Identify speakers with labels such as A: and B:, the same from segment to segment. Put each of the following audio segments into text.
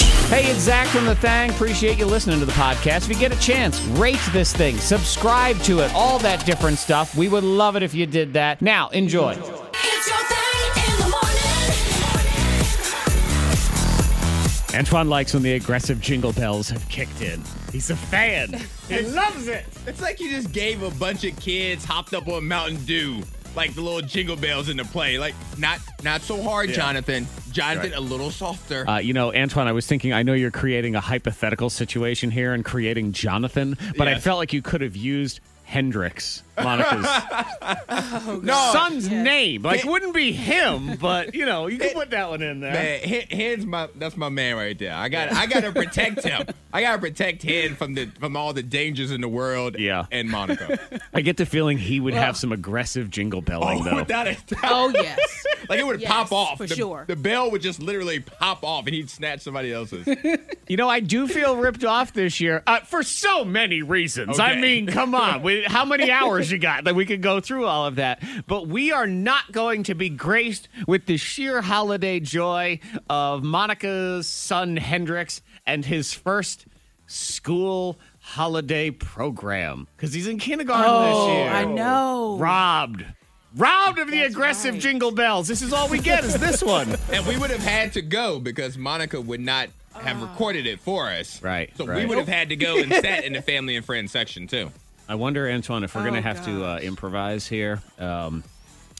A: Hey, it's Zach from The Thang. Appreciate you listening to the podcast. If you get a chance, rate this thing, subscribe to it, all that different stuff. We would love it if you did that. Now, enjoy.
B: It's your thing in the morning.
A: Antoine likes when the aggressive jingle bells have kicked in. He's a fan. he loves it.
C: It's like you just gave a bunch of kids hopped up on Mountain Dew, like the little jingle bells into play. Like not not so hard, Jonathan. Jonathan, a little softer.
A: Uh, you know, Antoine, I was thinking, I know you're creating a hypothetical situation here and creating Jonathan, but I
C: Yes.
A: felt like you could have used Hendrix, Monica's
C: no,
A: son's
D: yes.
A: name. Like, wouldn't be him, but you know, you could put that one in there.
C: man, Hen- Hen's my that's my man right there. I got I got to protect him. I got to protect Hen from the from all the dangers in the world.
A: Yeah.
C: and Monica. Oh,
A: I get the feeling he would have some aggressive jingle belling, though.
C: without a doubt.
D: Oh yes.
C: Like it would
D: Yes,
C: pop off
D: for
C: the,
D: sure.
C: The bell would just literally pop off, and he'd snatch somebody else's.
A: You know, I do feel ripped off this year uh, for so many reasons. I
C: Okay.
A: mean, come on. We, how many hours you got that we could go through all of that? But we are not going to be graced with the sheer holiday joy of Monica's son Hendrix and his first school holiday program because he's in kindergarten this year.
D: Oh, I know.
A: Robbed. Robbed of the
D: That's
A: aggressive
D: right.
A: jingle bells. This is all we get is this one.
C: And we would have had to go because Monica would not have
D: Ah.
C: recorded it for us.
A: Right,
C: So we
A: right.
C: would have had to go and sat in the family and friends section too.
A: I wonder, Antoine, if we're going to
D: Oh,
A: have to uh, improvise here. Um,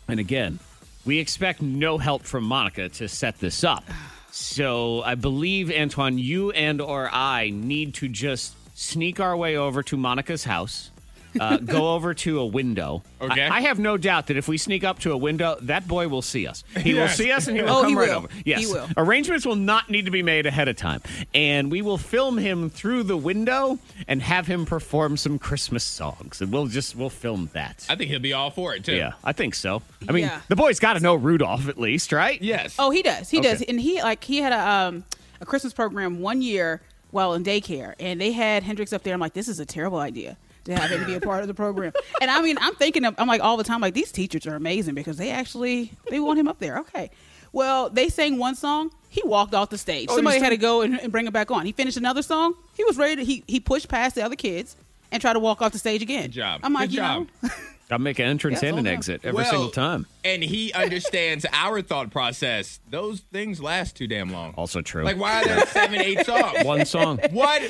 A: and again, we expect no help from Monica to set this up. So I believe, Antoine, you and or I need to just sneak our way over to Monica's house. Uh, go over to a window.
C: Okay.
A: I, I have no doubt that if we sneak up to a window, that boy will see us. He
C: Yes.
A: will see us and he will
D: Oh,
A: come
D: he
A: right
D: will.
A: over. Yes.
D: He will.
A: Arrangements will not need to be made ahead of time. And we will film him through the window and have him perform some Christmas songs. And we'll just we'll film that.
C: I think he'll be all for it too.
A: yeah, I think so. I mean,
D: Yeah.
A: the boy's got to know Rudolph at least, right?
C: Yes.
D: Oh, he does. He does.
A: Okay.
D: And he like he had a um a Christmas program one year while in daycare, and they had Hendrix up there. I'm like, this is a terrible idea to have him to be a part of the program. And I mean, I'm thinking, of, I'm like all the time, like these teachers are amazing because they actually they want him up there. Okay. Well, they sang one song. He walked off the stage.
C: Oh,
D: Somebody had to go and, and bring him back on. He finished another song. He was ready. To, he he pushed past the other kids and tried to walk off the stage again.
C: Good job.
D: I'm like,
C: Good
D: you
C: job.
D: know,
A: I make an entrance
D: Yeah,
A: and an
D: hold on.
A: exit every
C: Well,
A: single time.
C: And he understands our thought process. Those things last too damn long.
A: Also true.
C: Like why are there seven, eight songs?
A: One song.
C: What?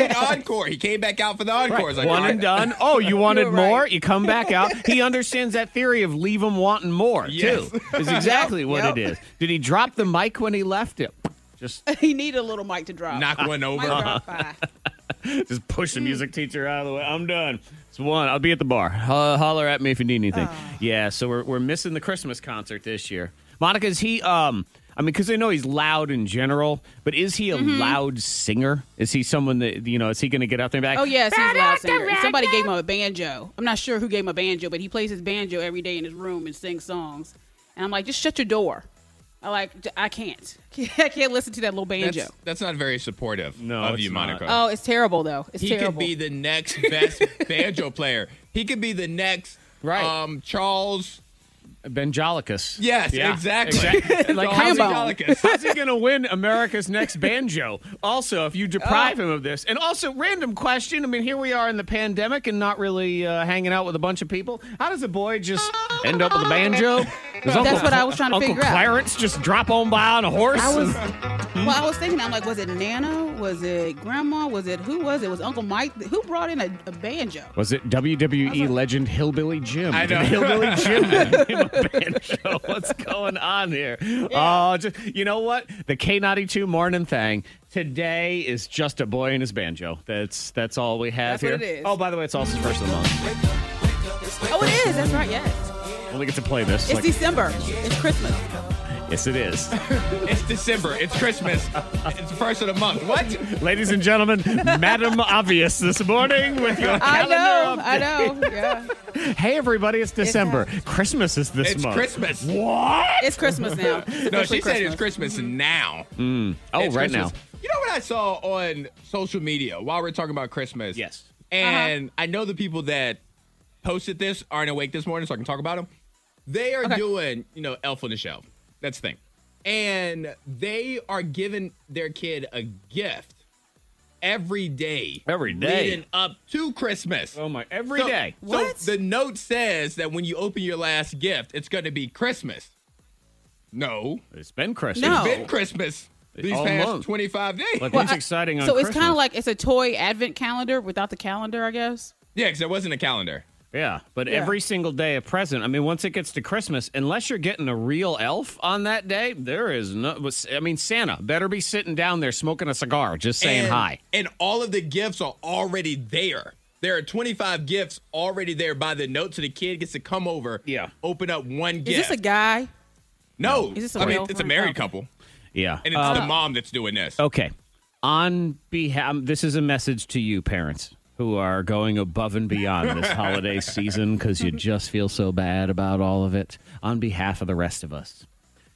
C: an encore. He came back out for the encore. It's like,
A: One
C: all right.
A: and done. Oh, you wanted
D: You're right.
A: more? You come back out. He understands that theory of leave him wanting more,
C: Yes.
A: too. Is exactly what
D: Yep.
A: it is. Did he drop the mic when he left it? Just
D: he needed a little mic to drop.
C: Knock one
D: Mic
C: over.
D: drop by.
A: Just push the music teacher out of the way. I'm done. It's one. I'll be at the bar. Ho- holler at me if you need anything. Yeah. So we're we're missing the Christmas concert this year. Monica, is he? Um, I mean, because I know he's loud in general, but is he a loud singer? Is he someone that you know? Is he going to get out there and be like,
D: Oh yes, he's a loud singer. And somebody gave him a banjo. I'm not sure who gave him a banjo, but he plays his banjo every day in his room and sings songs. And I'm like, just shut your door. I like, "J- I can't. I can't listen to that little banjo.
C: That's, that's not very supportive
A: No,
C: of
A: it's
C: you,
A: not.
C: Monica.
D: oh, it's terrible though. It's
C: he
D: terrible.
C: could be the next best banjo player. He could be the next
A: Right.
C: um, Charles.
A: Benjolicus?
C: Yes,
A: Yeah,
C: exactly.
A: like
C: Charles
A: how's
D: Hambone.
C: Angelicus.
A: How's he going to win America's Next Banjo? Also, if you
D: Uh.
A: deprive him of this. And also, random question. I mean, here we are in the pandemic and not really uh, hanging out with a bunch of people. How does a boy just end up with a banjo? Does
D: That's what I was trying to
A: Uncle
D: figure out.
A: Clarence just drop on by on a horse?
D: I was, well, I was thinking, I'm like, was it Nana? Was it Grandma? Was it who was it? Was Uncle Mike? Who brought in a, a banjo?
A: Was it WWE legend Hillbilly Jim?
C: I know.
A: Did Hillbilly Jim give him a banjo. What's going on here? Oh, just, you know what? The K92 morning thing. Today is just a boy and his banjo. That's that's all we have
D: That's
A: here.
D: what it is.
A: Oh, by the way, it's also first of the month.
D: Oh, it is. That's right. Yes,
A: Only get to play this.
D: it's
A: Like-
D: December. It's Christmas.
A: yes, it is.
C: It's December. It's Christmas. It's the first of the month. What?
A: Ladies and gentlemen, Madam Obvious this morning with your
D: I
A: calendar
D: know.
A: update.
D: I know. Yeah,
A: Hey, everybody, it's December. Christmas is this
C: It's
A: month.
C: Christmas.
A: What?
D: it's Christmas now. It's
C: No,
D: officially
C: she said it's Christmas now.
A: Oh,
C: It's
A: right
C: Christmas.
A: now.
C: You know what I saw on social media while we're talking about Christmas?
A: Yes.
C: And I know the people that posted this aren't awake this morning, so I can talk about them. They are doing, you know, Elf on the Shelf. That's the thing. and they are giving their kid a gift every day.
A: Every day.
C: Leading up to Christmas.
A: Oh my! Every
C: so,
A: day.
C: So
D: What?
C: the note says that when you open your last gift, it's going to be Christmas. No.
A: It's been Christmas.
D: No.
C: It's been Christmas these
A: Almost.
C: past 25 days.
A: But
D: Well,
A: it's
D: I-
A: exciting on
D: so
A: Christmas.
D: it's kind of like it's a toy advent calendar without the calendar, I guess.
C: yeah, because there wasn't a calendar.
A: Yeah, but
D: Yeah.
A: every single day a present. I mean, once it gets to Christmas, unless you're getting a real elf on that day, there is no. I mean, Santa better be sitting down there smoking a cigar, just saying
C: and,
A: hi.
C: And all of the gifts are already there. There are 25 gifts already there by the note, so the kid gets to come over,
A: Yeah.
C: open up one
D: Is
C: gift.
D: this a guy?
C: no,
D: Is this a
C: I mean
D: real Oh.
C: it's a
D: one?
C: married
D: Okay.
C: couple,
A: Yeah.
C: and it's the mom that's doing this.
A: Okay. On behalf, this is a message to you, parents who are going above and beyond this holiday season because you just feel so bad about all of it. On behalf of the rest of us,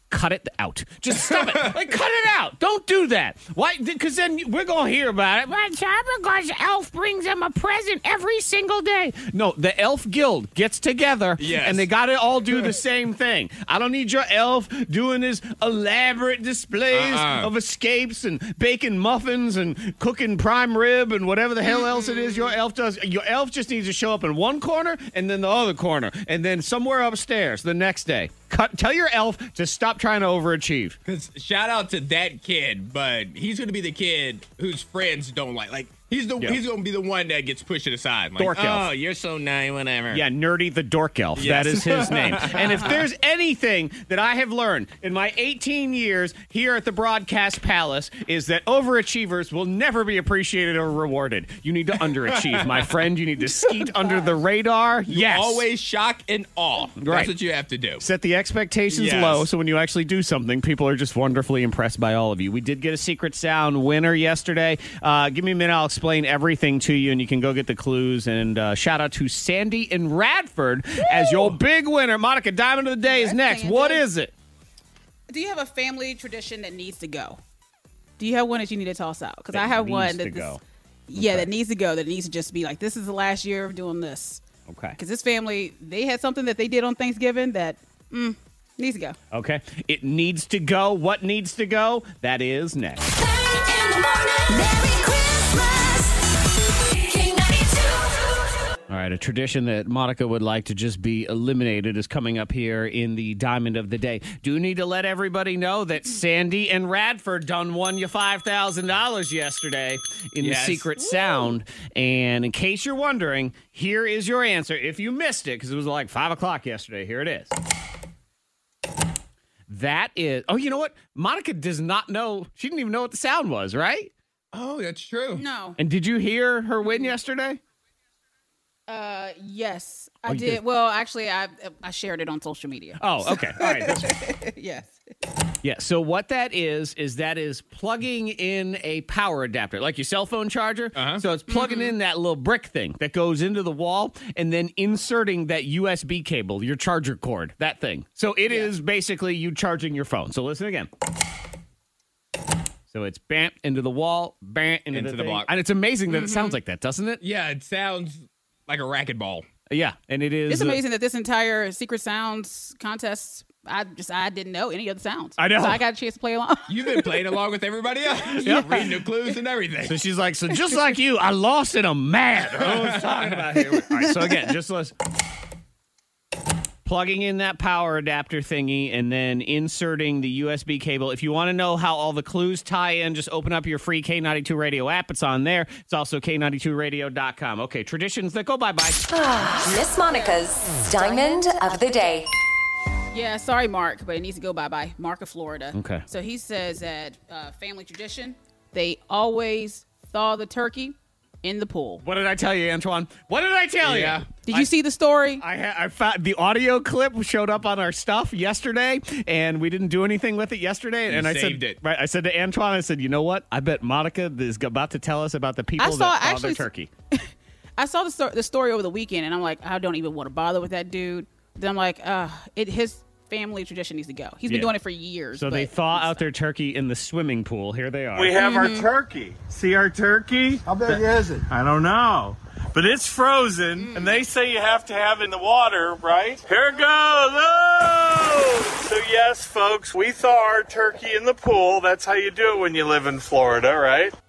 A: cut it out. Just stop it. Like, cut it out. Don't do that. Why? Because then we're going to hear about it. My child, because elf brings them a present every single day. No, the elf guild gets together
C: Yes.
A: and they got to all do the same thing. I don't need your elf doing his elaborate displays
C: Uh-uh.
A: of escapes and baking muffins and cooking prime rib and whatever the hell else it is your elf does. Your elf just needs to show up in one corner and then the other corner and then somewhere upstairs the next day. Cut, tell your elf to stop trying to overachieve.
C: Because shout out to that kid, but he's gonna be the kid whose friends don't like. Like he's the
A: Yeah.
C: he's gonna be the one that gets pushed aside. Like,
A: Dork
C: oh,
A: elf.
C: you're so nine, whatever.
A: Yeah, Nerdy the Dork Elf.
C: Yes.
A: That is his name. and if there's anything that I have learned in my 18 years here at the Broadcast Palace is that overachievers will never be appreciated or rewarded. You need to underachieve, my friend. You need to skeet under the radar. Yes.
C: Always shock and awe.
A: Right.
C: That's what you have to do.
A: Set the expectations
C: Yes.
A: low so when you actually do something, people are just wonderfully impressed by all of you. We did get a Secret Sound winner yesterday. Uh, give me a minute, I'll explain everything to you, and you can go get the clues. And uh, shout out to Sandy in Radford as your big winner. Monica, Diamond of the Day is
D: Yes,
A: next.
D: Sandy.
A: What is it?
D: Do you have a family tradition that needs to go? Do you have one that you need to toss out? Because
A: That
D: I have
A: needs
D: one
A: to
D: that this-
A: go.
D: yeah, that needs to go. That needs to just be like this is the last year of doing this.
A: Okay.
D: Because this family, they had something that they did on Thanksgiving that mm, needs to go.
A: Okay. It needs to go. What needs to go? That is next.
B: Thing in the morning. Merry Christmas. King 92.
A: All right, a tradition that Monica would like to just be eliminated is coming up here in the Diamond of the Day. Do need to let everybody know that Sandy and Radford done won you five thousand dollars yesterday in
C: Yes.
A: the Secret Sound. And in case you're wondering, here is your answer. If you missed it because it was like five o'clock yesterday, here it is. That is. Oh, you know what? Monica does not know. She didn't even know what the sound was, right?
C: Oh, that's true.
D: No.
A: And did you hear her win yesterday?
D: Uh, yes, I
A: Oh, you
D: did.
A: did.
D: Well, actually, I I shared it on social media.
A: Oh, okay. All right. That's
D: yes.
A: Yeah. So what that is is that is plugging in a power adapter, like your cell phone charger.
C: Uh-huh.
A: So it's plugging in that little brick thing that goes into the wall, and then inserting that USB cable, your charger cord, that thing. So it is basically you charging your phone. So listen again. So it's bam into the wall, bam into,
C: Into
A: the,
C: the
A: thing.
C: block.
A: and it's amazing that it sounds like that, doesn't it?
C: Yeah, it sounds like a racquetball.
A: Yeah, and it is.
D: It's
A: uh,
D: amazing that this entire Secret Sounds contest, I just I didn't know any other sounds.
A: I know.
D: So I got a chance to play along.
C: You've been playing along with everybody else.
A: Yeah.
C: Reading the clues and everything.
A: So she's like, so just like you, I lost and I'm mad. I don't know what I'm talking about here. All right, so again, just let's plugging in that power adapter thingy and then inserting the USB cable. If you want to know how all the clues tie in, just open up your free K92 radio app. It's on there. It's also K92radio.com. Okay, traditions that go bye bye.
E: Miss Monica's Diamond of the Day.
D: yeah, sorry, Mark, but it needs to go bye bye. Mark of Florida.
A: Okay.
D: So he says that uh, family tradition, they always thaw the turkey in the pool.
A: What did I tell you, Antoine? What did I tell
C: Yeah.
A: you?
D: Did you see the story?
A: I, ha- I found the audio clip showed up on our stuff yesterday, and we didn't do anything with it yesterday. and I said,
C: saved it.
A: right? I said to Antoine, I said, you know what? I bet Monica is about to tell us about the people
D: I saw-
A: that saw
D: actually-
A: their turkey.
D: I saw the, sto- the story over the weekend, and I'm like, I don't even want to bother with that dude. Then I'm like, uh, it his family tradition needs to go. He's been
A: Yeah.
D: doing it for years.
A: So
D: but
A: they thaw out their turkey in the swimming pool. Here they are.
F: We have our turkey. See our turkey?
G: How big is it?
F: I don't know. But it's frozen, and they say you have to have it in the water, right? Here it goes. Oh! So yes, folks, we thaw our turkey in the pool. That's how you do it when you live in Florida, right?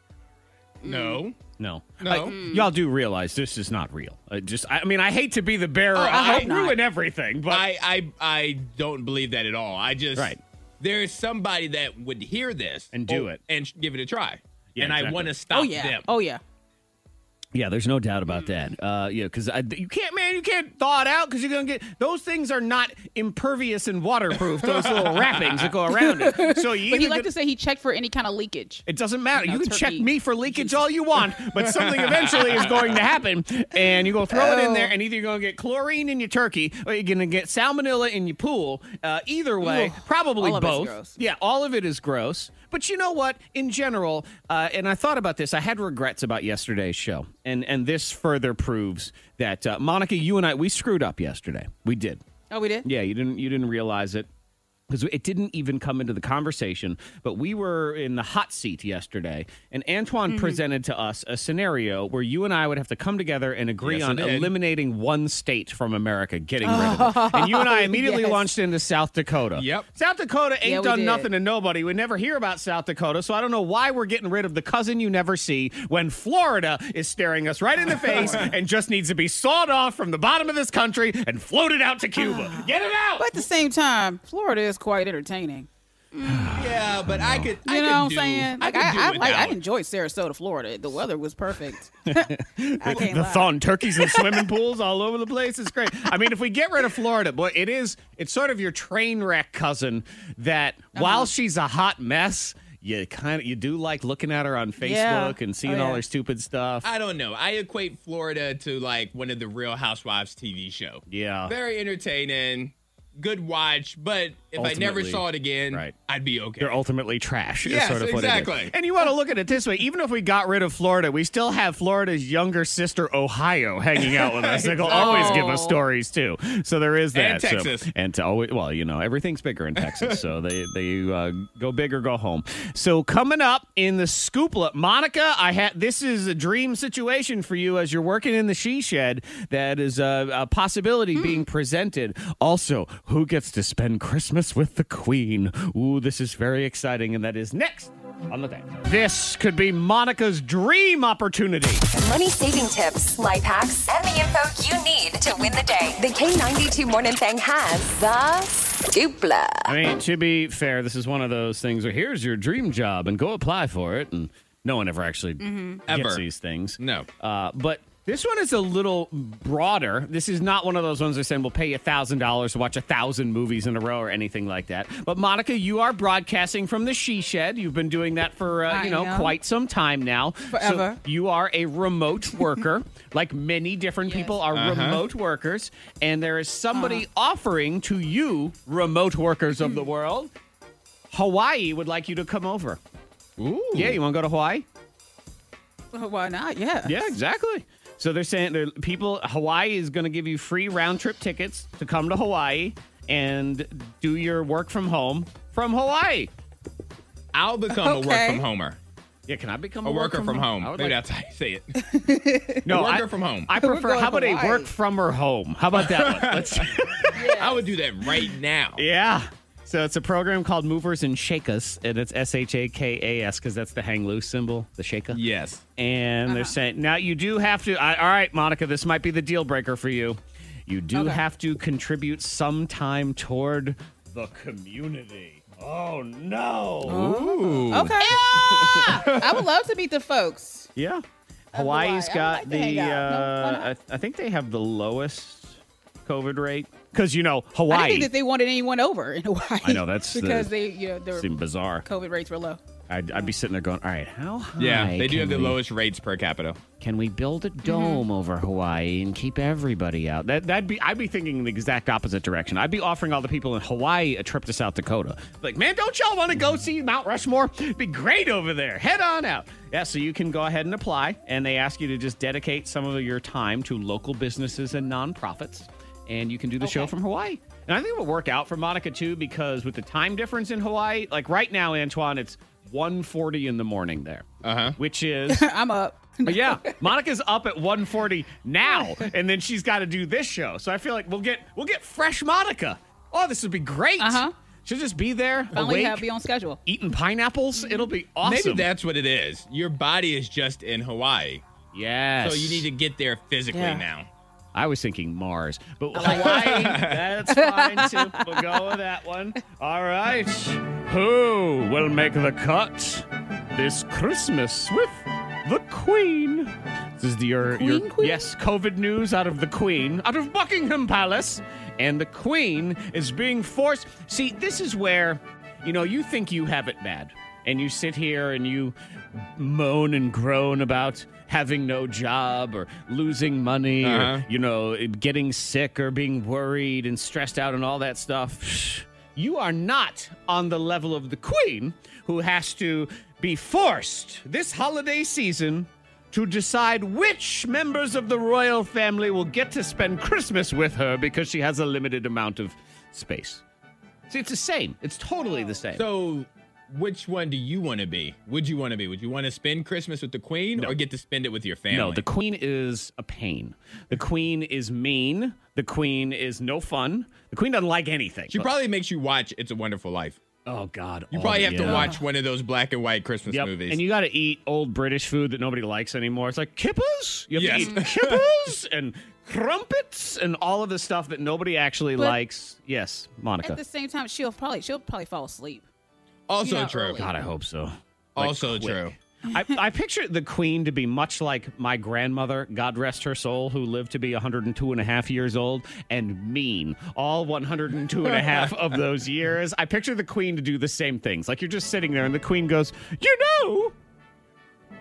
C: No.
A: No,
C: No.
A: I- y'all do realize this is not real. I just, I mean, I hate to be the bearer.
C: Oh, I
A: I,
C: hope
A: ruin everything, but
C: I, I I don't believe that at all. I just
A: Right.
C: there is somebody that would hear this
A: And do it.
C: and sh- give it a try.
A: Yeah,
C: and I
A: exactly.
C: want to stop
D: Oh yeah.
C: them.
D: Oh yeah.
A: Yeah, there's no doubt about that. Uh, yeah, because you can't, man, you can't thaw it out because you're gonna get those things are not impervious and waterproof. Those little wrappings that go around it. So you
D: But
A: either
D: he like
A: get-
D: to say he checked for any kind of leakage.
A: it doesn't matter.
D: No,
A: you can check
D: turkey.
A: me for leakage all you want, but something eventually is going to happen, and you're gonna throw it in there,
D: Oh.
A: and either you're gonna get chlorine in your turkey or you're gonna get salmonella in your pool. Uh, either way, probably
D: all of it's
A: both.
D: gross.
A: Yeah, all of it is gross. But you know what? In general, uh, and I thought about this. I had regrets about yesterday's show, and and this further proves that uh, Monica, you and I, we screwed up yesterday. We did.
D: Oh, we did.
A: Yeah, you didn't you didn't realize it because it didn't even come into the conversation. But we were in the hot seat yesterday, and Antoine presented to us a scenario where you and I would have to come together and agree
C: Yes, I
A: on
C: did.
A: eliminating one state from America, getting rid of it. And you and I immediately
D: yes.
A: launched into South Dakota.
C: Yep.
A: South Dakota ain't
D: Yeah, we
A: done
D: did.
A: nothing to nobody. We never hear about South Dakota, so I don't know why we're getting rid of the cousin you never see when Florida is staring us right in the face and just needs to be sawed off from the bottom of this country and floated out to Cuba. Get it out!
D: But at the same time, Florida is quite entertaining.
C: Yeah, but I
D: You
C: could. I
D: know
C: could
D: what I'm
C: do-
D: saying? Like
C: could
D: I,
C: do
D: I,
C: it
D: like I
C: now.
D: enjoyed Sarasota, Florida. The weather was perfect. I can't
A: the
D: lie.
A: thon turkeys and swimming pools all over the place. It's great. I mean, if we get rid of Florida, boy, it is. It's sort of your train wreck cousin that
D: Uh-huh.
A: while she's a hot mess, you kind of you do like looking at her on Facebook
D: Yeah.
A: and seeing
D: Oh,
A: all
D: yeah.
A: her stupid stuff.
C: I don't know. I equate Florida to like one of the Real Housewives TV show.
A: Yeah.
C: Very entertaining, good watch, but if I never
A: Ultimately,
C: saw it again,
A: right.
C: I'd be okay.
A: They're ultimately trash. is
C: Yes,
A: sort of what it is.
C: exactly.
A: And you want to look at it this way: even if we got rid of Florida, we still have Florida's younger sister, Ohio, hanging out with us. They'll always give us
D: Oh.
A: stories too. So there is that.
C: And
A: So-
C: Texas.
A: and to always, well, you know, everything's bigger in Texas, so they they uh, go big or go home. So coming up in the scooplet, Monica, I had this is a dream situation for you as you're working in the she shed. That is a, a possibility
C: Hmm.
A: being presented. Also, who gets to spend Christmas with the Queen? Ooh, this is very exciting, and that is next on the day. This could be Monica's dream opportunity.
E: Money saving tips, life hacks, and the info you need to win the day. The K92 Morning Thing has the dupla.
A: I mean, to be fair, this is one of those things where here's your dream job and go apply for it, and no one ever actually gets
C: Mm-hmm. Ever.
A: these things.
C: No.
A: uh, but this one is a little broader. This is not one of those ones that saying we'll pay you thousand dollars to watch a thousand movies in a row or anything like that. But Monica, you are broadcasting from the She Shed. You've been doing that for uh,
D: I
A: you know
D: am.
A: quite some time now. So
D: Forever.
A: you are a remote worker, like many different people are
C: Uh-huh.
A: remote workers, and there is somebody offering to you, remote workers of the world, Hawaii would like you to come over.
C: Ooh.
A: Yeah, you want to go to Hawaii?
D: Why not? Yeah.
A: Yeah, exactly. So they're saying they're, people, Hawaii is going to give you free round trip tickets to come to Hawaii and do your work from home from Hawaii.
C: I'll become a work
D: Okay.
C: from homer.
A: Yeah, can I become
C: A,
A: a,
C: worker from, home.
A: I would
C: Maybe
A: like-
C: that's how you say it.
A: no,
C: a worker
A: I,
C: from home.
A: I prefer.
D: going
A: How about a
D: Hawaii.
A: work from her home? How about that one? Let's,
C: I would do that right now.
A: yeah. So it's a program called Movers and Shakas, and it's S H A K A S because that's the hang loose symbol, the shaka.
C: Yes.
A: and
D: Uh-huh.
A: they're saying now you do have to I, all right monica this might be the deal breaker for you you do
D: Okay.
A: have to contribute some time toward the community oh no
C: Ooh.
D: Okay. I would love to meet the folks.
A: yeah hawaii's
D: Hawaii. I
A: got
D: would like to hang
A: the
D: out. No, why
A: uh,
D: not?
A: I, I think they have the lowest covid rate because you know
D: I
A: hawaii
D: didn't think that they wanted anyone over in Hawaii.
A: I know, that's the-
D: because they, you know, their
A: seemed bizarre
D: COVID rates were low.
A: I'd, I'd be sitting there going all right how high
C: Yeah, they do
A: can
C: have the
A: we
C: lowest rates per capita.
A: Can we build a dome over Hawaii and keep everybody out? That that'd be I'd be thinking the exact opposite direction. I'd be offering all the people in Hawaii a trip to South Dakota. Like, man, don't y'all want to go see Mount Rushmore? It'd be great over there. Head on out. Yeah, so you can go ahead and apply, and they ask you to just dedicate some of your time to local businesses and nonprofits, and you can do the show from Hawaii. And I think it would work out for Monica too, because with the time difference in Hawaii, like right now, Antoine, it's 1.40 in the morning there, uh-huh. which is
D: I'm up.
A: but yeah, Monica's up at 140 now, and then she's got to do this show. So I feel like we'll get we'll get fresh Monica. Oh, this would be great.
D: Uh-huh.
A: She'll just be there,
D: Finally,
A: awake,
D: have Mm-hmm. be on schedule.
A: eating pineapples. It'll be awesome.
C: Maybe that's what it is. Your body is just in Hawaii.
A: yes.
C: So you need to get there physically
D: Yeah.
C: now.
A: I was thinking Mars, but Hawaii. that's fine too. We'll go with that one. All right. Who will make the cut this Christmas with the Queen? This is the, your, your
D: Queen, Queen?
A: yes COVID news out of the Queen, out of Buckingham Palace, and the Queen is being forced. See, this is where you know you think you have it bad, and you sit here and you moan and groan about having no job or losing money
C: Uh-huh.
A: or you know it- getting sick or being worried and stressed out and all that stuff you are not on the level of the queen who has to be forced this holiday season to decide which members of the royal family will get to spend christmas with her because she has a limited amount of space see it's the same it's totally the same
C: So, which one do you want to be? Would you want to be? Would you want to spend Christmas with the queen or get to spend it with your family?
A: No, the queen is a pain. The queen is mean. The queen is no fun. The queen doesn't like anything.
C: she probably makes you watch It's a Wonderful Life.
A: oh God,
C: You probably have to watch
A: one
C: one of those black and white Christmas
A: yep.
C: movies.
A: and you got to eat old British food that nobody likes anymore. It's like kippers. You have
C: Yes.
A: to eat kippers and crumpets and all of the stuff that nobody actually
D: But-
A: likes. Yes, Monica.
D: At the same time, she'll probably she'll probably fall asleep.
C: also
D: you know,
C: true.
D: early.
A: God, I hope so.
C: Also true.
A: I, I picture the queen to be much like my grandmother, God rest her soul, who lived to be 102 and a half years old and mean all 102 and a half of those years. I picture the queen to do the same things. Like you're just sitting there and the queen goes, You know,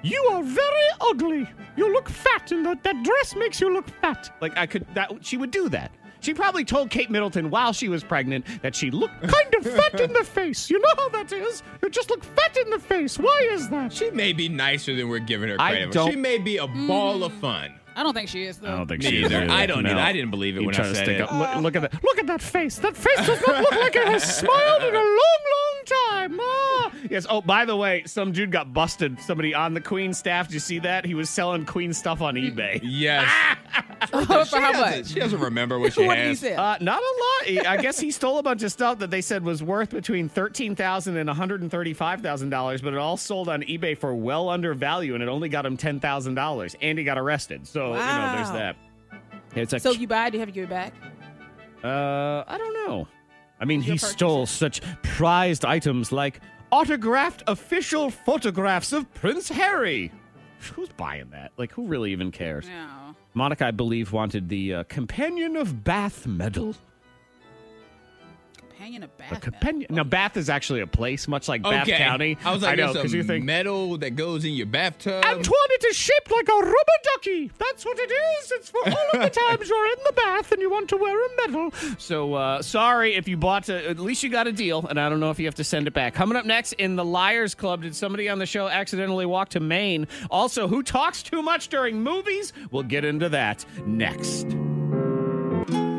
A: you are very ugly. You look fat and that, that dress makes you look fat. Like I could, that she would do that. She probably told Kate Middleton while she was pregnant that she looked kind of fat in the face. You know how that is? You just look fat in the face. Why is that?
C: She may be nicer than we're giving her
A: I
C: credit. for.
A: don't-
C: She may be a
D: Mm.
C: ball of fun.
D: I don't think she is though.
A: I don't think
C: Me
A: she is
C: either.
A: either.
C: I don't either. I didn't believe it
A: You
C: when I
A: trying to
C: said
A: stick
C: it.
A: up- Look, look at that. Look at that face. That face does not look like it has smiled in a long, long time. Ah. Yes. Oh, by the way, some dude got busted. Somebody on the Queen staff. Did you see that? He was selling Queen stuff on eBay.
C: Yes.
D: Ah! Oh, For
C: She
D: how
C: doesn't-
D: much?
C: She doesn't remember what she
D: What did he
C: has.
D: say?
A: Uh, not a lot. He- I guess he stole a bunch of stuff that they said was worth between thirteen thousand and one hundred and thirty-five thousand dollars, but it all sold on eBay for well under value, and it only got him ten thousand dollars. And he got arrested. So you know, there's
D: Wow.
A: that. It's a
D: so you buy? it, Do you have to give it back?
A: Uh, I don't know. I mean, he
D: purchase
A: stole such prized items like autographed official photographs of Prince Harry. Who's buying that? Like, who really even cares?
D: No.
A: Monica, I believe, wanted the uh, Companion of Bath medal.
D: Companion of
A: A
D: bath.
A: companion. Now, Bath is actually a place, much like Bath
C: Okay.
A: County.
C: I was like,
A: know,
C: there's
A: because
C: some
A: you think
C: metal that goes in your bathtub.
A: Antoine, it is shaped like a rubber ducky. That's what it is. It's for all of the times you're in the bath and you want to wear a medal. So uh, sorry if you bought. A, at least you got a deal, and I don't know if you have to send it back. Coming up next in the Liars Club, did somebody on the show accidentally walk to Maine? Also, who talks too much during movies? We'll get into that next.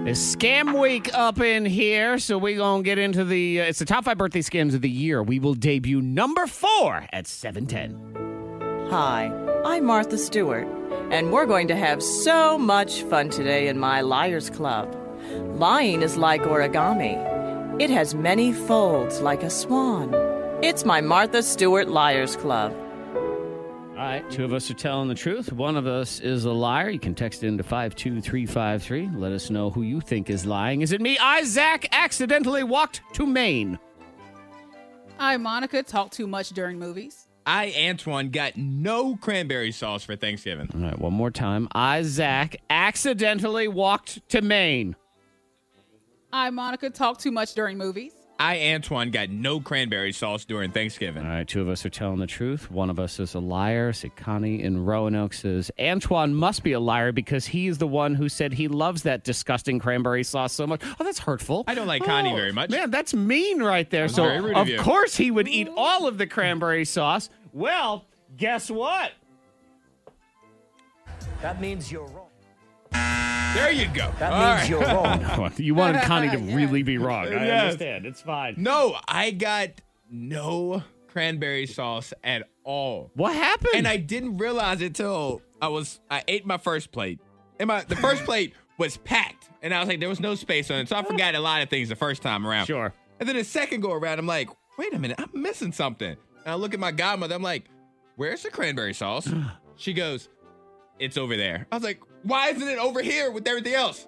A: It's scam week up in here, so we gonna get into the. Uh, it's the top five birthday scams of the year. We will debut number four at seven ten.
G: Hi, I'm Martha Stewart, and we're going to have so much fun today in my Liars Club. Lying is like origami, it has many folds like a swan. It's my Martha Stewart Liars Club.
A: All right, two of us are telling the truth. One of us is a liar. You can text in to 52353. Let us know who you think is lying. Is it me? Isaac accidentally walked to Maine.
D: I Monica talk too much during movies.
C: I, Antoine, got no cranberry sauce for Thanksgiving.
A: All right, one more time. Isaac accidentally walked to Maine.
D: I Monica talk too much during movies.
C: I, Antoine, got no cranberry sauce during
A: All
C: Thanksgiving.
A: right, two of us are telling the truth. One of us is a liar. Say Connie in Roanoke says Antoine must be a liar because he is the one who said he loves that disgusting cranberry sauce so much. Oh, that's hurtful. Oh,
C: I don't like Connie very much.
A: Man, that's mean right there. so
C: very rude
A: of
C: of you.
A: course he would eat all of the cranberry sauce. Well, guess what?
H: That means you're wrong.
C: There you go.
H: That
C: All right.
H: means you're wrong.
A: You wanted Connie to really be wrong. I
C: Yes.
A: understand. It's fine.
C: No, I got no cranberry sauce at all.
A: What happened?
C: And I didn't realize it till I was I ate my first plate. And my the first plate was packed. And I was like, there was no space on it. So I forgot a lot of things the first time around.
A: Sure.
C: And then the second go around, I'm like, wait a minute, I'm missing something. And I look at my godmother, I'm like, where's the cranberry sauce? She goes, it's over there. I was like, why isn't it over here with everything else?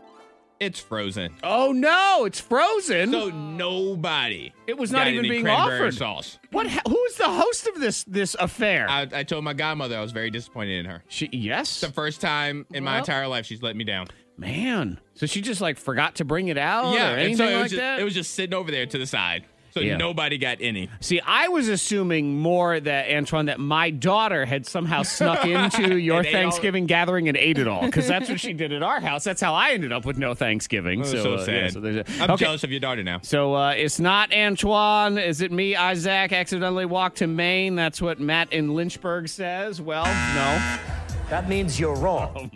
C: It's frozen.
A: Oh no, it's frozen.
C: So nobody.
A: It was not
C: got
A: even
C: any
A: being
C: cranberry
A: offered.
C: sauce.
A: what? ha- Who is the host of this this affair?
C: I, I told my godmother I was very disappointed in her.
A: she, yes,
C: The first time in my
D: Well.
C: entire life she's let me down.
A: man. So she just like forgot to bring it out or
C: and
A: anything
C: so it was
A: like
C: just,
A: that.
C: It was just sitting over there to the side. So
A: Yeah.
C: nobody got any.
A: See, I was assuming more that Antoine that my daughter had somehow snuck into your
C: And ate all-
A: Thanksgiving gathering and ate it all because that's what she did at our house. That's how I ended up with no Thanksgiving.
C: It was
A: so,
C: so,
A: uh, yeah,
C: sad.
A: so there's a-
C: I'm
A: okay.
C: jealous of your daughter now.
A: So uh, it's not Antoine. Is it me, Isaac? Accidentally walked to Maine. That's what Matt in Lynchburg says. Well, no.
H: That means you're wrong.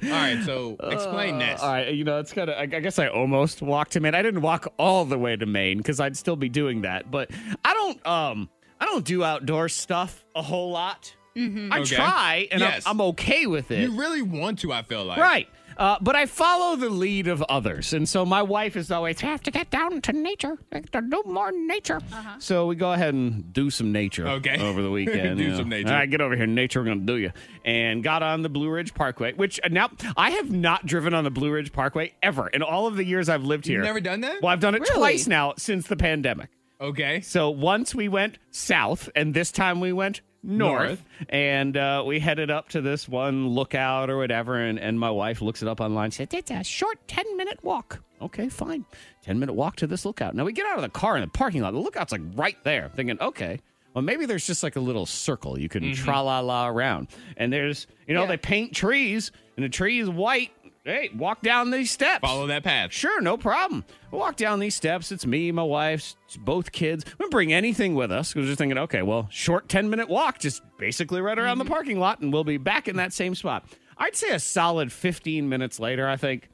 C: All right, so explain this.
A: Uh, All right, you know, it's kind of. I, I guess I almost walked to Maine. I didn't walk all the way to Maine because I'd still be doing that. But I don't. Um, I don't do outdoor stuff a whole lot. I
C: Mm-hmm. Okay.
A: try, and I'm-
C: Yes.
A: I'm, okay with it.
C: You really want to, I feel like.
A: Right. Uh, but I follow the lead of others. And so my wife is always, have to get down to nature, have to do more nature. So we go ahead and do some nature
C: Uh-huh. Okay.
A: over the weekend.
C: Do
A: you know.
C: some nature.
A: All right, get over here. Nature, we're going to do you. And got on the Blue Ridge Parkway, which uh, now I have not driven on the Blue Ridge Parkway ever in all of the years I've lived here.
C: never done that?
A: Well, I've done it
D: Really?
A: twice now since the pandemic.
C: Okay.
A: So once we went south, and this time we went north,
C: North.
A: and uh, we headed up to this one lookout or whatever. And, and my wife looks it up online. Said it's a short ten minute walk. Okay, fine, ten minute walk to this lookout. Now we get out of the car in the parking lot. The lookout's like right there. Thinking, okay. Well, maybe there's just like a little circle you can
C: Mm-hmm.
A: tra la la around. And there's, you know,
D: Yeah.
A: they paint trees, and the tree is white. Hey, walk down these steps.
C: Follow that path.
A: Sure, no problem. We walk down these steps. It's me, my wife, s- both kids. We didn't bring anything with us. We're just thinking, okay, well, short 10 minute walk, just basically right around the parking lot, and we'll be back in that same spot. I'd say a solid 15 minutes later, I think.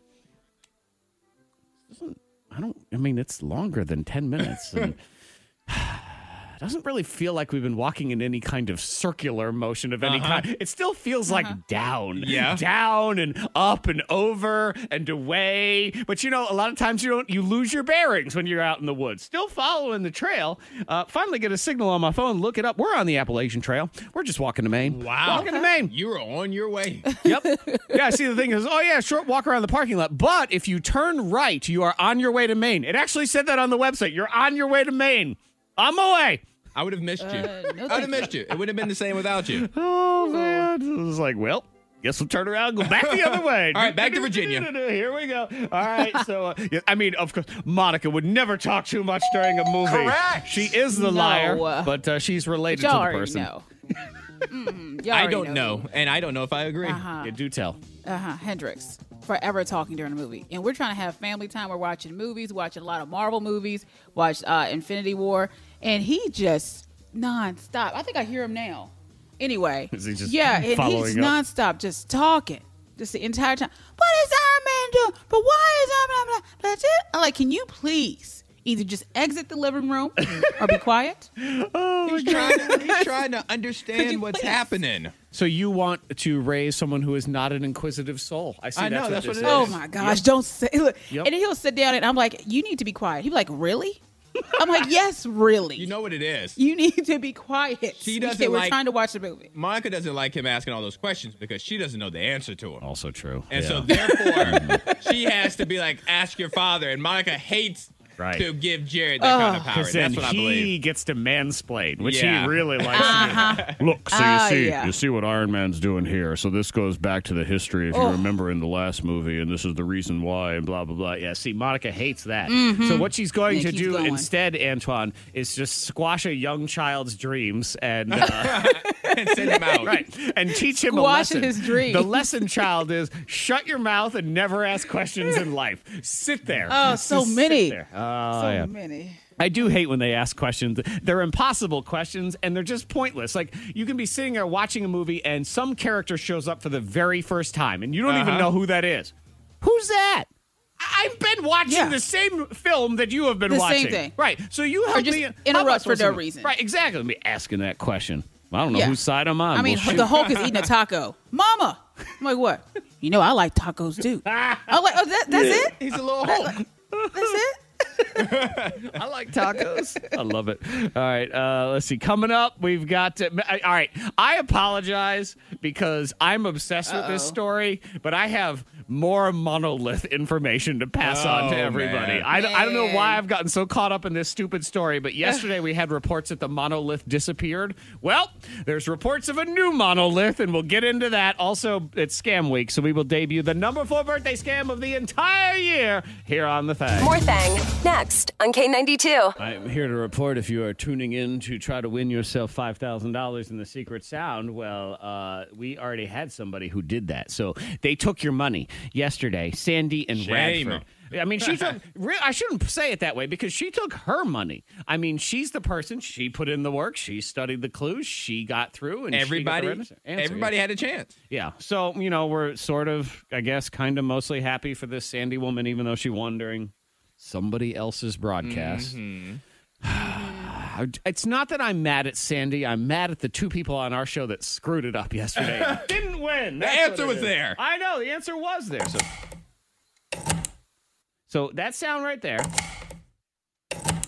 A: doesn't- I don't, I mean, it's longer than 10 minutes. And it doesn't really feel like we've been walking in any kind of circular motion of any kind. It still feels like down
C: Uh-huh. Yeah.
A: down and up and over and away. But you know, a lot of times you don't you lose your bearings when you're out in the woods. Still following the trail. Uh, finally, get a signal on my phone. Look it up. We're on the Appalachian Trail. We're just walking to Maine.
C: Wow.
A: walking to Maine.
C: You are on your way.
A: Yep. yeah, see, the thing is, oh, yeah, short walk around the parking lot. But if you turn right, you are on your way to Maine. It actually said that on the website. You're on your way to Maine. I'm away.
C: I would have missed
A: Uh,
C: you.
D: no,
C: I would have missed you. It would have been the same without you.
A: Oh, man. It was like, well, guess we'll turn around and go back the other way.
C: All right, back to Virginia.
A: Here we go. All right. So, uh, yeah, I mean, of course, Monica would never talk too much during a movie.
H: Correct.
A: She is the
D: No.
A: liar, but uh, she's related to
D: Y'all
A: the
D: already
A: person.
D: know. Mm, y'all
C: I
D: already
C: don't know, and I don't know if I agree.
A: Yeah, do tell.
D: uh-huh, Hendrix forever talking during the movie, and we're trying to have family time. We're watching movies, watching a lot of Marvel movies, watched uh, Infinity War, and he just nonstop. I think I hear him now. Anyway,
A: Is he just
D: yeah, and he's
A: following up?
D: nonstop just talking, just the entire time. What is Iron Man doing? But why is Iron Man? Blah, blah, blah. I'm like, can you please either just exit the living room or be quiet?
A: Oh
C: He's, trying to, he's trying to understand
D: you
C: what's
D: please-
C: happening.
A: So you want to raise someone who is not an inquisitive soul? I see.
C: I know,
A: that's,
C: that's
A: what,
C: what
A: this
C: it
D: Oh
C: is.
D: my gosh, don't say look.
A: Yep.
D: And then he'll sit down and I'm like, You need to be quiet. He'll be like, Really? I'm like, Yes, really.
C: You know what it is.
D: you need to be quiet.
C: She
D: You
C: doesn't
D: said, We're
C: like-
D: trying to watch the movie.
C: Monica doesn't like him asking all those questions because she doesn't know the answer to them.
A: Also true.
C: And
A: Yeah.
C: so therefore, she has to be like, ask your father. And Monica hates
A: Right.
C: to give Jared that kind of power.
A: 'Cause then
C: That's what I
A: he
C: believe.
A: gets to mansplain, which
C: Yeah.
A: he really likes. To do. Look, so you
D: Ah,
A: see,
D: yeah.
A: you see what Iron Man's doing here. So this goes back to the history,
D: Oh.
A: if you remember, in the last movie, and this is the reason why, and blah blah blah. Yeah, see, Monica hates that. So what she's going
D: Mm-hmm. Yeah,
A: to
D: keep
A: do
D: going.
A: instead, Antoine, is just squash a young child's dreams and. Uh,
C: and send him out.
A: Right. And teach him a
D: Squash
A: lesson.
D: his dreams.
A: The lesson, child, is shut your mouth and never ask questions in life. Sit there.
D: Oh,
A: Just
D: so
A: sit
D: many.
A: there. Oh,
D: so
A: yeah.
D: many.
A: I do hate when they ask questions. They're impossible questions and they're just pointless. Like you can be sitting there watching a movie and some character shows up for the very first time and you don't even
C: Uh-huh.
A: know who that is. Who's that? I- I've been watching
D: Yeah.
A: the same film that you have been
D: The same
A: watching.
D: thing.
A: Right. So you help
D: just
A: me how
D: interrupt
A: am I
D: for no
A: supposed to-
D: reason.
A: Right, exactly. Me asking that question. I don't know
D: Yeah.
A: whose side I'm on.
D: I mean,
A: Well, shoot.
D: the Hulk is eating a taco. Mama. I'm like, what? You know I like tacos too. I'm like, oh that, that's it?
C: He's a little Hulk.
D: That's it?
A: I like tacos. I love it. All right, uh, let's see. Coming up, we've got. To, I- all right, I apologize because I'm obsessed with this story, but I have more monolith information to pass on to
C: Oh,
A: everybody.
C: man.
A: I, d- I don't know why
I: Man.
A: I've gotten so caught up in this stupid story, but yesterday we had reports that the monolith disappeared. Well, there's reports of a new monolith, and we'll get into that. Also, it's scam week, so we will debut the number four birthday scam of the entire year here on the thing.
E: More Thang next on K92.
A: I'm here to report if you are tuning in to try to win yourself $5,000 in the secret sound, well, uh, we already had somebody who did that. So they took your money yesterday, Sandy and
C: Shame.
A: Radford. I mean, she took, re- I shouldn't say it that way because she took her money. I mean, she's the person, she put in the work, she studied the clues, she got through, and she got the
C: Everybody,
A: right answer.
C: everybody had a chance.
A: Yeah. So, you know, we're sort of, I guess, kind of mostly happy for this Sandy woman, even though she won during somebody else's broadcast. it's not that I'm mad at Sandy. I'm mad at the two people on our show that screwed it up yesterday. and Didn't win.
C: The
A: That's what
C: answer
A: it
C: was
A: is.
C: there.
A: I know. The answer was there. So, so that sound right there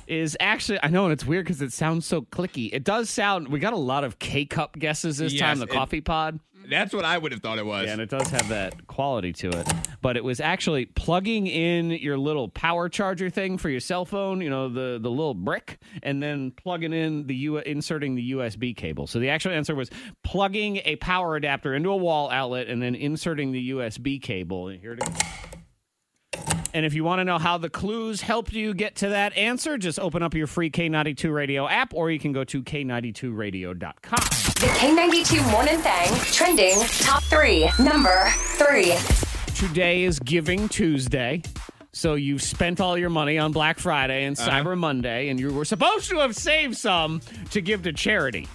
A: is actually I know and it's weird because it sounds so clicky. It does sound we got a lot of K cup guesses this
C: Yes,
A: time, the
C: it-
A: coffee pod.
C: That's what I would have thought it was.
A: Yeah, and it does have that quality to it. But it was actually plugging in your little power charger thing for your cell phone, you know, the, the little brick, and then plugging in the U inserting the USB cable. So the actual answer was plugging a power adapter into a wall outlet and then inserting the USB cable. And here it is. And if you want to know how the clues helped you get to that answer, just open up your free K92 radio app or you can go to k92radio.com.
E: The K92 Morning Thang trending top three. Number three.
A: Today is Giving Tuesday. So you've spent all your money on Black Friday and
C: Uh-huh.
A: Cyber Monday, and you were supposed to have saved some to give to charity.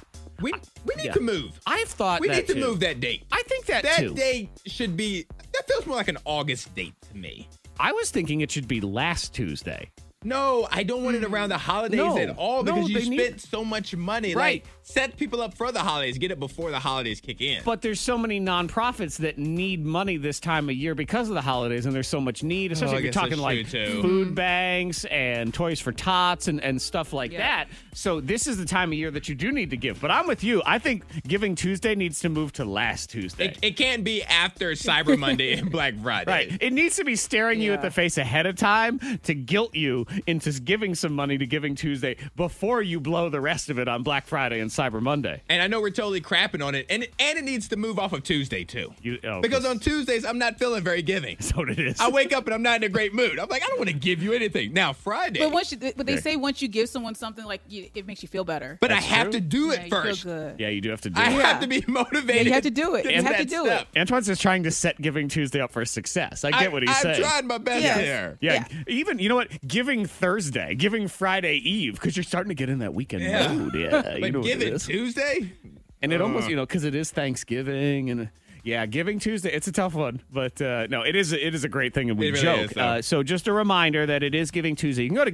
C: we we need
A: Yeah.
C: to move.
A: I've thought
C: We
A: that
C: need to
A: too.
C: move that date.
A: I think that,
C: that
A: too.
C: day should be. That feels more like an August date to me.
A: I was thinking it should be last Tuesday.
C: No, I don't want it around the holidays
A: Mm. No.
C: at all
A: No,
C: because you
A: they need-
C: spent so much money.
A: Right.
C: Like set people up for the holidays. Get it before the holidays kick in.
A: But there's so many nonprofits that need money this time of year because of the holidays, and there's so much need, especially
C: Oh, I
A: if you're
C: guess that's
A: talking like
C: true, too.
A: food banks and Toys for Tots and, and stuff like that. So this is the time of year that you do need to give. But I'm with you. I think Giving Tuesday needs to move to last Tuesday.
C: it, it can't be after Cyber Monday and Black Friday.
A: Right. It needs to be staring you at
I: Yeah.
A: the face ahead of time to guilt you into giving some money to Giving Tuesday before you blow the rest of it on Black Friday and Cyber Monday.
C: And I know we're totally crapping on it, and it, and it needs to move off of Tuesday too.
A: You- oh,
C: because
A: this-
C: on Tuesdays I'm not feeling very giving.
A: That's what it is.
C: I wake up and I'm not in a great mood. I'm like I don't want to give you anything. Now Friday,
D: But once you, but they
A: Okay.
D: say once you give someone something, like you, it makes you feel better.
C: but I have
A: true.
C: to do it
D: Yeah, you feel
C: first.
D: good.
A: yeah, you do have to do
C: I
A: it.
C: have to be motivated.
D: Yeah, you have to do it. You
C: It's
D: have to
C: that
D: do
C: step.
A: Antoine's just trying to set Giving Tuesday up for success. I get what he's
C: I,
A: saying.
C: I've tried my best
D: Yes.
C: there.
A: yeah,
D: Yeah.
A: even you know what? Giving Thursday, giving Friday Eve, because you're starting to get in that weekend
C: Yeah.
A: mood. Yeah, you
C: But
A: know what
C: give it
A: is.
C: Tuesday. Uh.
A: And it almost, you know, because it is Thanksgiving and yeah, Giving Tuesday. It's a tough one, but uh, no, it is it is a great thing, and we
C: It really
A: joke.
C: is, though.
A: uh, so just a reminder that it is Giving Tuesday. You can go to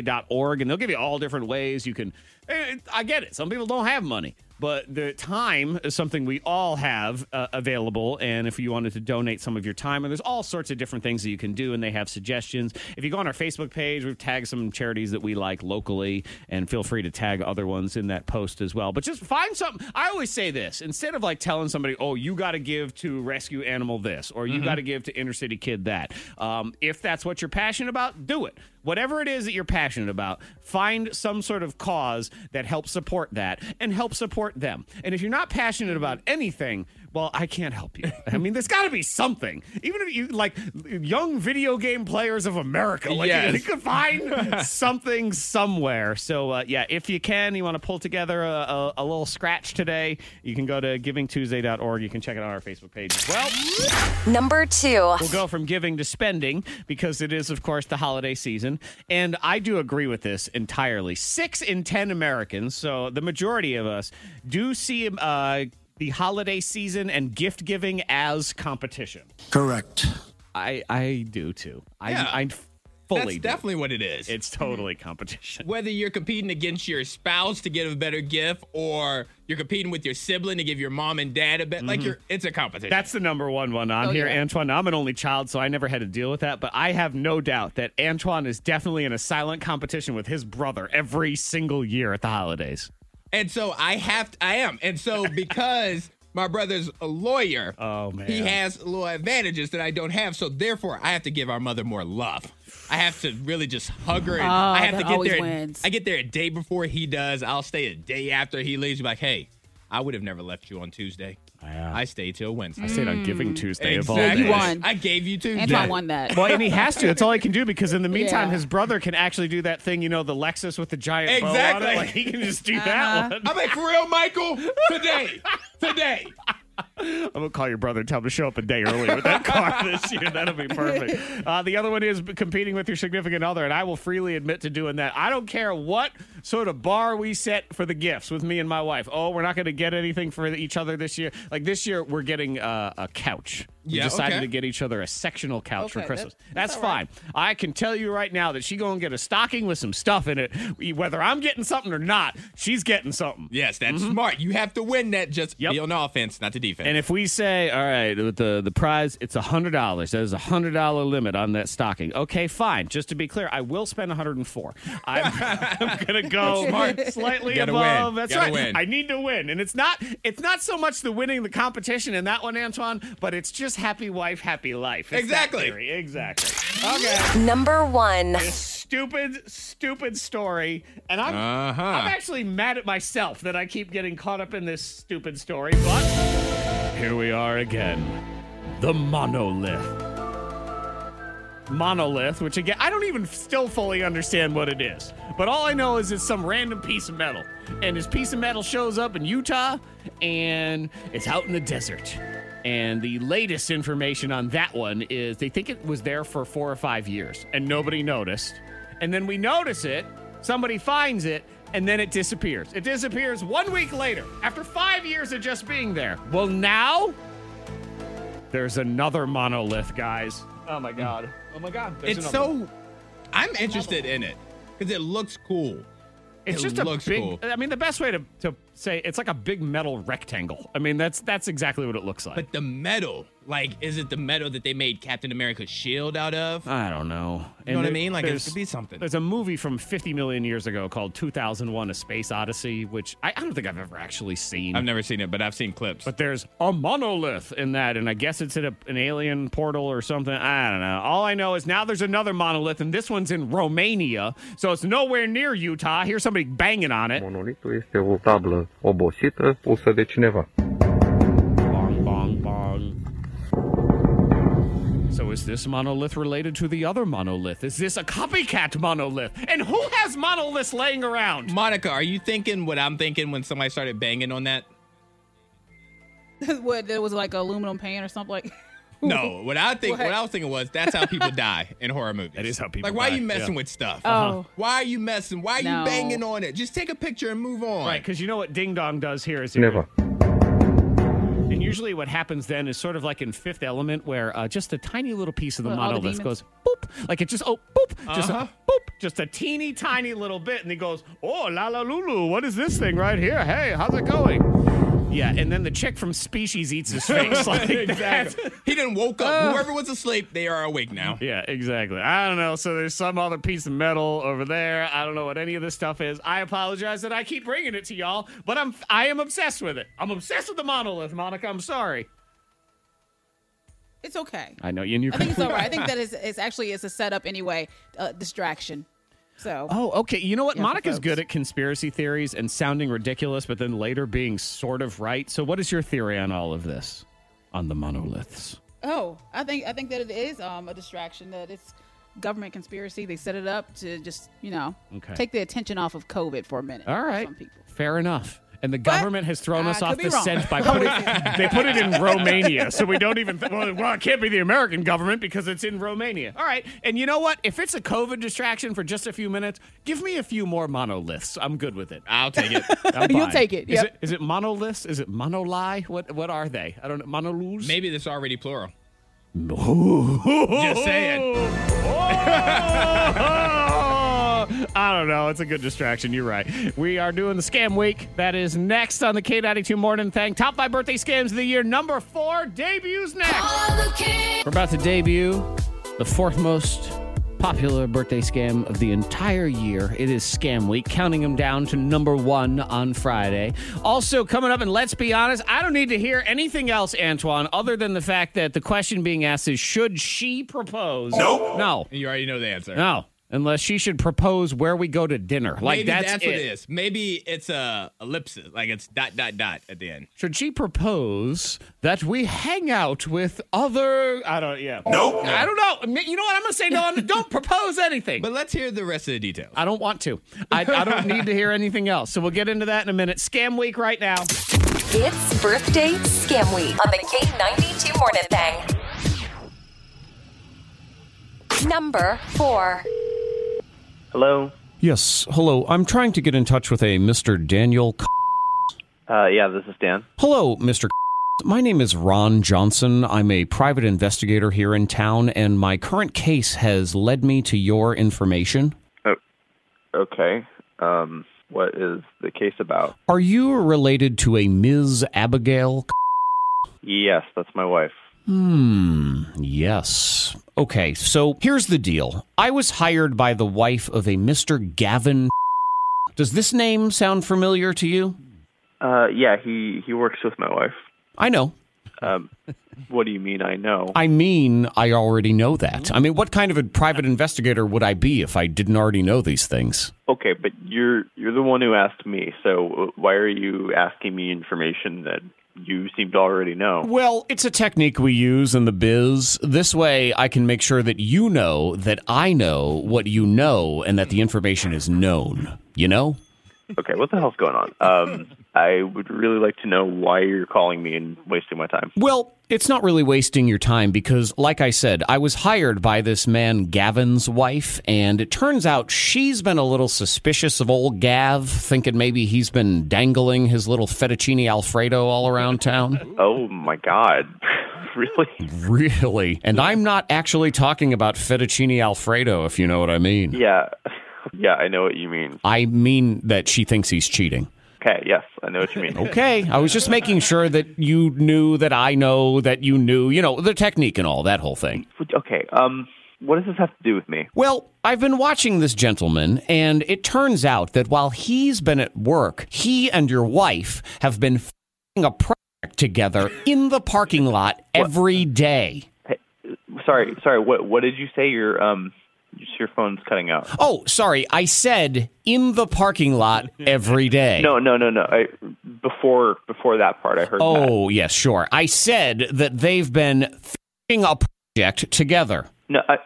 A: GivingTuesday.org, and they'll give you all different ways you can. eh, I get it. Some people don't have money, but the time is something we all have uh, available. And if you wanted to donate some of your time, and there's all sorts of different things that you can do, and they have suggestions. If you go on our Facebook page, we've tagged some charities that we like locally, and feel free to tag other ones in that post as well. But just find something. I always say this instead of like telling somebody, oh, you got to give to rescue animal this, or you got to give to inner city kid that. Um, if that's what you're passionate about, do it. Whatever it is that you're passionate about, find some sort of cause that helps support that and help support them. And if you're not passionate about anything, well, I can't help you. I mean, there's got to be something. Even if you like young video game players of America, like
C: Yes.
A: you could find something somewhere. So uh, yeah, if you can, you want to pull together a, a, a little scratch today, you can go to givingtuesday.org. You can check it out on our Facebook page as well.
E: Number two.
A: We'll go from giving to spending because it is, of course, the holiday season. And I do agree with this entirely. Six in 10 Americans, so the majority of us, do see uh, the holiday season and gift giving as competition.
H: Correct.
A: I, I do too. I,
C: Yeah.
A: I
C: That's
A: fully. do.
C: definitely what it is.
A: It's totally competition.
C: whether you're competing against your spouse to get a better gift or you're competing with your sibling to give your mom and dad a bit like you're it's a competition.
A: Mm-hmm. That's the number one one on
D: Oh,
A: here,
D: yeah.
A: Antoine. I'm an only child, so I never had to deal with that. But I have no doubt that Antoine is definitely in a silent competition with his brother every single year at the holidays.
C: and so I have to, I am. And so because my brother's a lawyer,
A: Oh, man.
C: he has little advantages that I don't have. So therefore I have to give our mother more love. I have to really just hug her. And I have
D: Oh, that
C: to get
D: always
C: there.
D: wins.
C: I get there a day before he does. I'll stay a day after he leaves. Be like, hey, I would have never left you on Tuesday. I stay till Wednesday.
A: I stayed
D: Mm,
A: on Giving Tuesday of all
D: Yeah, you
A: days.
D: won.
C: I gave you Tuesday.
D: Antoine won that.
A: Well, and he has to. That's all he can do because in the meantime,
D: Yeah.
A: his brother can actually do that thing, you know, the Lexus with the giant bow on
C: Exactly.
A: it. Like, he can just do
D: Uh-huh.
A: that one.
C: I'm like, for real, Michael, today, today.
A: I'm gonna call your brother and tell him to show up a day early with that car this year. That'll be perfect. Uh, the other one is competing with your significant other, and I will freely admit to doing that. I don't care what sort of bar we set for the gifts with me and my wife. Oh, we're not gonna get anything for each other this year. Like this year, we're getting uh, a couch. We
C: Yeah,
A: decided
C: okay.
A: to get each other a sectional couch for
D: Okay,
A: Christmas.
D: that-
A: that's
D: that's all
A: fine.
D: right.
A: I can tell you right now that she gonna get a stocking with some stuff in it. Whether I'm getting something or not, she's getting something.
C: Yes, that's smart. You have to win that. Just
A: Yep.
C: be on offense, not the defense.
A: And if we say, all right, with the, the prize, it's $100. There's a $100 limit on that stocking. Okay, fine. Just to be clear, I will spend 104 I'm, I'm going to go slightly
C: Gotta
A: above.
C: win.
A: That's
C: Gotta
A: right.
C: win.
A: I need to win. And it's not it's not so much the winning the competition in that one, Antoine, but it's just happy wife, happy life. It's that
C: Exactly.
A: theory. Exactly.
E: Number one.
A: Stupid, stupid story. And I'm,
C: Uh-huh.
A: I'm actually mad at myself that I keep getting caught up in this stupid story, but here we are again. The monolith. Monolith, which again, I don't even still fully understand what it is. But all I know is it's some random piece of metal. And this piece of metal shows up in Utah and it's out in the desert. And the latest information on that one is they think it was there for four or five years and nobody noticed. And then we notice it, somebody finds it, and then it disappears. It disappears one week later after five years of just being there. Well, now there's another monolith, guys. Oh my god. Oh my god. There's
C: it's
A: another one.
C: so, I'm interested in it because it looks cool.
A: It's
C: it
A: just a
C: looks
A: big.
C: cool.
A: I mean, the best way to, to say it's like a big metal rectangle. I mean, that's that's exactly what it looks like.
C: But the metal, like, is it the metal that they made Captain America's shield out of?
A: I don't know.
C: You know what I mean? Like, it
A: there's-
C: could be something.
A: There's a movie from 50 million years ago called 2001: A Space Odyssey, which I, I don't think I've ever actually seen.
C: I've never seen it, but I've seen clips.
A: But there's a monolith in that, and I guess it's at a, an alien portal or something. I don't know. All I know is now there's another monolith, and this one's in Romania, so it's nowhere near Utah. Here's somebody banging on it.
I: Monolitul este o tablă obosită pusă de cineva.
A: Bong, bong, bong. So is this monolith related to the other monolith? Is this a copycat monolith? And who has monoliths laying around?
C: Monica, are you thinking what I'm thinking when somebody started banging on that?
D: what there was like aluminum pan or something like.
C: No, what I think, what?
D: What?
C: I was thinking was that's how people die in horror movies.
A: That is how people
C: Like, why
A: die,
C: are you messing
A: yeah.
C: with stuff?
D: Oh.
C: Why are you messing? Why are
D: No.
C: you banging on it? Just take a picture and move on.
A: Right, because you know what Ding Dong does here is it-
I: Cineva.
A: And usually, what happens then is sort of like in Fifth Element, where uh, just a tiny little piece of the
D: Well, all the
A: monolith
D: demons-
A: goes boop, like it just oh boop, just a, boop, just a teeny tiny little bit, and he goes, oh la la lulu, what is this thing right here? Hey, how's it going? Yeah, and then the chick from Species eats his face. like that.
C: Exactly. he didn't woke up. Whoever was asleep, they are awake now.
A: Yeah, exactly. I don't know. So there's some other piece of metal over there. I don't know what any of this stuff is. I apologize that I keep bringing it to y'all, but I'm I am obsessed with it. I'm obsessed with the monolith, Monica. I'm sorry.
D: It's okay.
A: I know you. And you're
D: I think it's all right. I think that is it's actually it's a setup anyway, uh, distraction. So
A: Oh, okay. You know what?
D: Yeah, for
A: Monica's
D: folks.
A: good at conspiracy theories and sounding ridiculous, but then later being sort of right. So, what is your theory on all of this? On the monoliths?
D: Oh, I think I think that it is um, a distraction. That it's government conspiracy. They set it up to just you know
A: Okay.
D: take the attention off of COVID for a minute.
A: All right.
D: Some people.
A: Fair enough. And the government has thrown
D: I
A: us
D: could
A: off
D: be
A: the
D: wrong.
A: scent by putting they put it in Romania, so we don't even. Th- well, well, it can't be the American government because it's in Romania. All right, and you know what? If it's a COVID distraction for just a few minutes, give me a few more monoliths. I'm good with it.
C: I'll take it.
A: I'm
D: You'll
A: fine.
D: take it,
A: Is
D: yep.
A: it is it monoliths? Is it monolie? What what are they? I don't know. Monolus?
C: Maybe that's already plural. Just saying.
A: I don't know. It's a good distraction. You're right. We are doing the scam week. That is next on the K92 Morning Thing. Top five birthday scams of the year. Number four debuts next. We're about to debut the fourth most popular birthday scam of the entire year. It is Scam Week, counting them down to number one on Friday. Also, coming up, and let's be honest, I don't need to hear anything else, Antoine, other than the fact that the question being asked is should she propose? Nope. No.
C: You already know the answer.
A: No, unless she should propose where we go to dinner. Like
C: Maybe
A: that's,
C: what it is. Maybe it's a ellipsis, like it's dot dot dot at the end.
A: Should she propose that we hang out with other? I don't. Yeah. Nope. I don't know. I mean, You know what? I'm gonna say no. Don't propose anything.
C: But let's hear the rest of the details.
A: I don't want to. I, I don't need to hear anything else. So we'll get into that in a minute. Scam week right now.
E: It's birthday scam week on the K92 Morning Thing. Number four.
J: Hello.
A: Yes. Hello. I'm trying to get in touch with a Mr. Daniel.
J: Uh, yeah, this is Dan.
A: Hello, Mr. My name is Ron Johnson. I'm a private investigator here in town, and my current case has led me to your information.
J: Okay. Um, what is the case about?
A: Are you related to a Ms. Abigail?
J: Yes, that's my wife.
A: Hmm, yes. Okay, so here's the deal I was hired by the wife of a Mr. Gavin. Does this name sound familiar to you?
J: Uh, yeah, he he works with my wife.
A: I know.
J: Um, what do you mean? I know.
A: I mean, I already know that. I mean, what kind of a private investigator would I be if I didn't already know these things?
J: okay, but you're you're the one who asked me. So why are you asking me information that you seem to already know?
A: Well, it's a technique we use in the biz. This way, I can make sure that you know that I know what you know and that the information is known. You know?
J: Okay, what the hell's going on? Um, I would really like to know why you're calling me and wasting my time.
A: Well, it's not really wasting your time because, like I said, I was hired by this man, Gavin's wife, and it turns out she's been a little suspicious of old Gav, thinking maybe he's been dangling his little fettuccine Alfredo all around town.
J: Oh my god, really?
A: Really? And I'm not actually talking about fettuccine Alfredo, if you know what I mean.
J: Yeah, yeah, I know what you mean.
A: I mean that she thinks he's cheating.
J: Okay, yes, I know what you mean.
A: Okay, I was just making sure that you knew that I know that you knew, you know, the technique and all that whole thing.
J: Okay, um, what does this have to do with me?
A: Well, I've been watching this gentleman, and it turns out that while he's been at work, he and your wife have been fing a project together in the parking lot every day.
J: Sorry, sorry. What what did you say? Your um, your phone's cutting out.
A: Oh, sorry, I said in the parking lot every day.
J: No, no, no, no. I, before before that part, I heard. that.
A: Oh, yes, sure. I said that they've been fing a project together
J: no. I,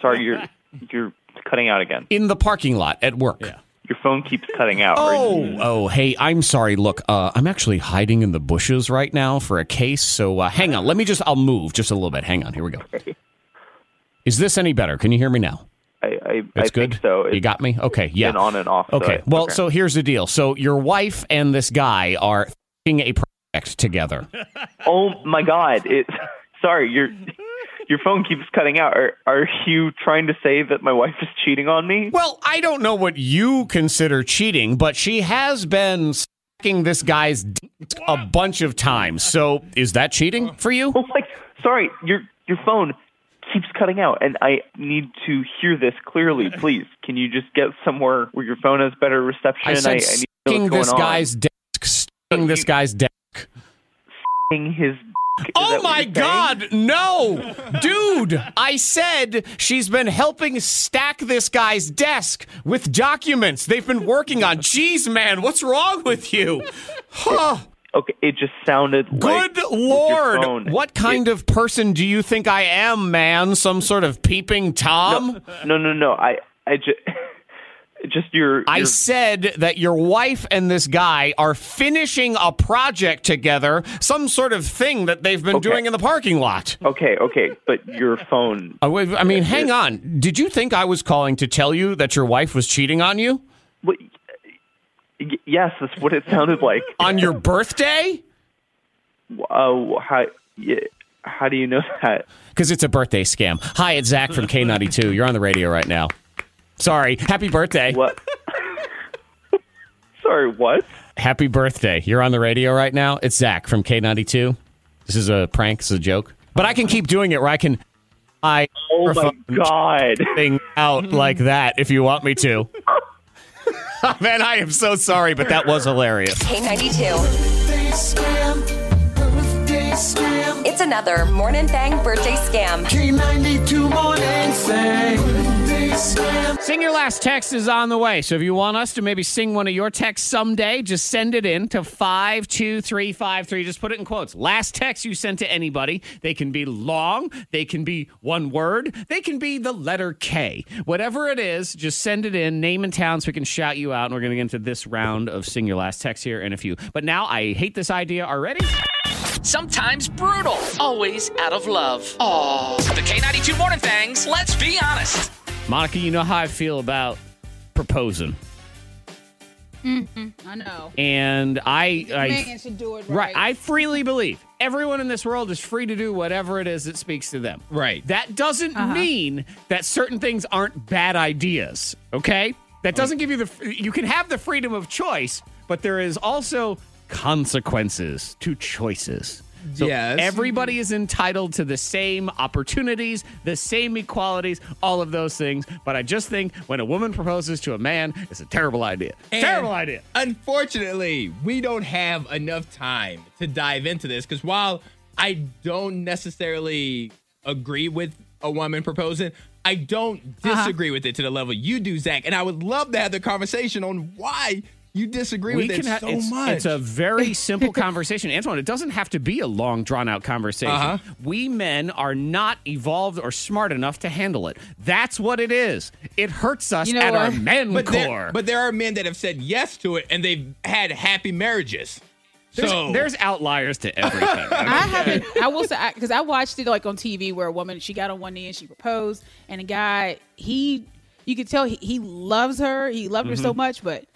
J: sorry, you're you're cutting out again.
A: in the parking lot at work.
J: Your phone keeps cutting out. Are you-
A: Oh, oh, hey, I'm sorry. Look, uh, I'm actually hiding in the bushes right now for a case. So uh, hang on. Let me just, I'll move just a little bit. Hang on. Here we go. Is this any better? Can you hear me now?
J: I I, I
A: It's
J: think
A: good.
J: so. It's
A: you got me. Okay. Yeah.
J: been on and off. so
A: okay.
J: I-
A: well, so here's the deal. So your wife and this guy are f***ing a project together.
J: oh my god, it. Sorry, your Your phone keeps cutting out. Are, are you trying to say that my wife is cheating on me?
A: Well, I don't know what you consider cheating, but she has been sucking this guy's d- a bunch of times. So is that cheating for you?
J: Oh my! Sorry, your your phone keeps cutting out, and I need to hear this clearly. Please, can you just get somewhere where your phone has better reception?
A: I said
J: I
A: sticking
J: need to know what's
A: this
J: going
A: guy's desk, sticking this guy's desk.
J: on. Sticking his. dick. Is that
A: Oh
J: what
A: my
J: you're saying?
A: God, no, dude! I said she's been helping stack this guy's desk with documents they've been working on. Jeez, man, what's wrong with you? Huh.
J: Okay, it just sounded like
A: Good
J: with your
A: lord!
J: phone.
A: What kind of person do you think I am, man? Some sort of peeping tom?
J: No, no, no. I I just just your.
A: I
J: your
A: said that your wife and this guy are finishing a project together, some sort of thing that they've been
J: Okay.
A: doing in the parking lot.
J: okay, okay, but your phone.
A: I wa- I mean, hang on. Did you think I was calling to tell you that your wife was cheating on you
J: What, y- yes, that's what it sounded like.
A: on your birthday?
J: Oh, hi. Yeah, Uh, How do you know that?
A: Because it's a birthday scam. Hi, it's Zach from K92. You're on the radio right now. Sorry. Happy birthday.
J: What? Sorry, what?
A: Happy birthday. You're on the radio right now. It's Zach from K92. This is a prank. This is a joke. But I can keep doing it where I can. I
J: Oh my god.
A: thing out like that if you want me to. Man, I am so sorry, but that was hilarious.
E: K92. It's another Morning Thang birthday scam.
H: K92 morning thing.
A: Sing your last text is on the way. So if you want us to maybe sing one of your texts someday, just send it in to 52353. Just put it in quotes. Last text you sent to anybody. They can be long, they can be one word, they can be the letter K. Whatever it is, just send it in, name and town so we can shout you out. And we're going to get into this round of sing your last text here in a few. But now I hate this idea already.
K: Sometimes brutal, always out of love. Aw. The K92 Morning Thangs, let's be honest.
A: Monica, you know how I feel about proposing.
D: I know.
A: And I, I
D: Megan should do it
A: Right.
D: right.
A: I freely believe everyone in this world is free to do whatever it is that speaks to them.
C: Right.
A: That doesn't mean that certain things aren't bad ideas, okay? That doesn't give you the you can have the freedom of choice, but there is also consequences to choices. So
C: Yes.
A: everybody is entitled to the same opportunities, the same equalities, all of those things. But I just think when a woman proposes to a man, it's a terrible idea. terrible
C: And
A: idea.
C: Unfortunately, we don't have enough time to dive into this because while I don't necessarily agree with a woman proposing, I don't
A: Uh-huh.
C: disagree with it to the level you do, Zach. And I would love to have the conversation on why you disagree with it
A: ha-
C: so
A: it's,
C: much.
A: It's a very simple conversation, Antoine. It doesn't have to be a long, drawn out conversation.
C: Uh-huh.
A: We men are not evolved or smart enough to handle it. That's what it is. It hurts us
D: You know
A: at our
D: what?
A: men
C: but,
A: core.
C: there, but there are men that have said yes to it and they've had happy marriages.
A: there's,
C: so
A: there's outliers to everything.
D: I haven't. I will say because I, watched it like on TV where a woman she got on one knee and she proposed, and a guy he you could tell he, he loves her. He loved her so much, but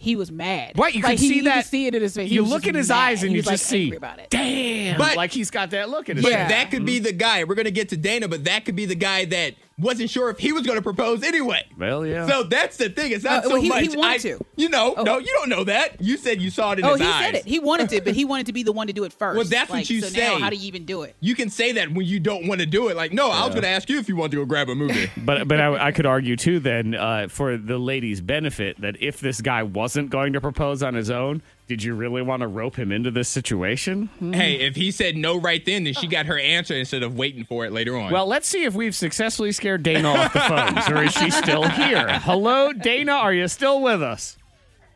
D: he was mad.
A: Right, you
D: like,
A: can
D: he,
A: see
D: you
A: that.
D: could see it in his face. He
A: You
D: was
A: look
D: just
A: in his
D: mad.
A: eyes and
D: He
A: you
D: was, like,
A: just see,
D: angry about it.
A: damn,
C: But-
A: like he's got that look in his
C: But
A: face.
C: that could be the guy. We're gonna get to Dana, but that could be the guy that wasn't sure if he was gonna propose anyway.
A: Well, yeah.
C: So that's the thing. It's not
D: Oh,
C: so
D: well, he-
C: much.
D: he wanted
C: I-
D: to.
C: You know,
D: Oh.
C: no, you don't know that. You said you saw it in
D: Oh,
C: his
D: he
C: eyes.
D: said it. He wanted to, but he wanted to be the one to do it first.
C: Well, that's what
D: Like,
C: you
D: so
C: say.
D: Now, how do you even do it?
C: you can say that when you don't want to do it. Like, no, I was gonna ask you if you want to go grab a movie.
A: But but I, I could argue too then uh, for the lady's benefit that if this guy wasn't going to propose on his own, did you really want to rope him into this situation?
C: hey, if he said no right then, then she got her answer instead of waiting for it later on.
A: Well, let's see if we've successfully scared Dana off the phones, or is she still here? Hello, Dana, are you still with us?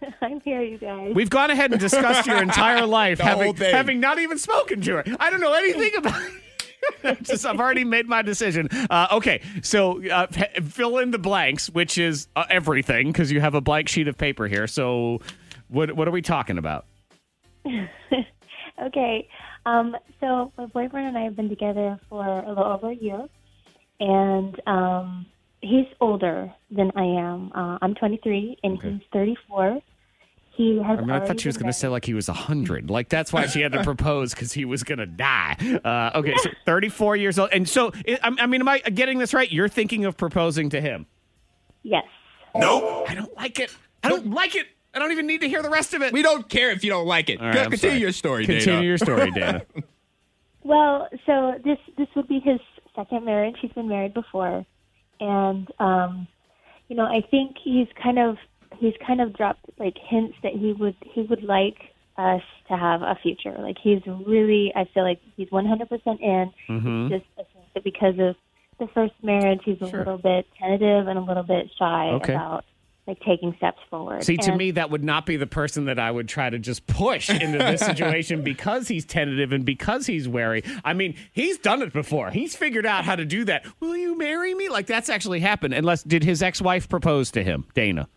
L: I'm here, you guys.
A: We've gone ahead and discussed your entire life,
C: The
A: having
C: whole thing.
A: having not even spoken to her. I don't know anything about. Just, I've already made my decision. Uh, okay, so uh, f- fill in the blanks, which is uh, everything, because you have a blank sheet of paper here. So, what what are we talking about?
L: Okay. Um, so my boyfriend and I have been together for a little over a year, and um, he's older than I am. Uh, I'm 23, and he's 34. He has.
A: I
C: Oh,
A: mean, I thought she was going to say like he was hundred. Like that's why she had to propose because he was going to die. Uh, okay, so thirty-four years old, and so I, I mean, am I getting this right? You're thinking of proposing to him.
L: Yes.
A: I don't like it. I don't like it. I don't even need to hear the rest of it.
C: we don't care if you don't like it.
A: All right,
C: Go-
A: I'm
C: continue
A: sorry.
C: your story,
A: Continue
C: Dana.
A: your story, Dana.
L: Well, so this this would be his second marriage. He's been married before, and um, you know, I think he's kind of he's kind of dropped like hints that he would he would like us to have a future. Like he's really, I feel like he's 100% in.
A: Mm-hmm.
L: Just I think that because of the first marriage, he's a little bit tentative and a little bit shy
A: Okay.
L: about like taking steps forward.
A: See, to
L: And-
A: me, that would not be the person that I would try to just push into this situation because he's tentative and because he's wary. I mean, he's done it before. He's figured out how to do that. Will you marry me? Like that's actually happened. Unless did his ex-wife propose to him, Dana?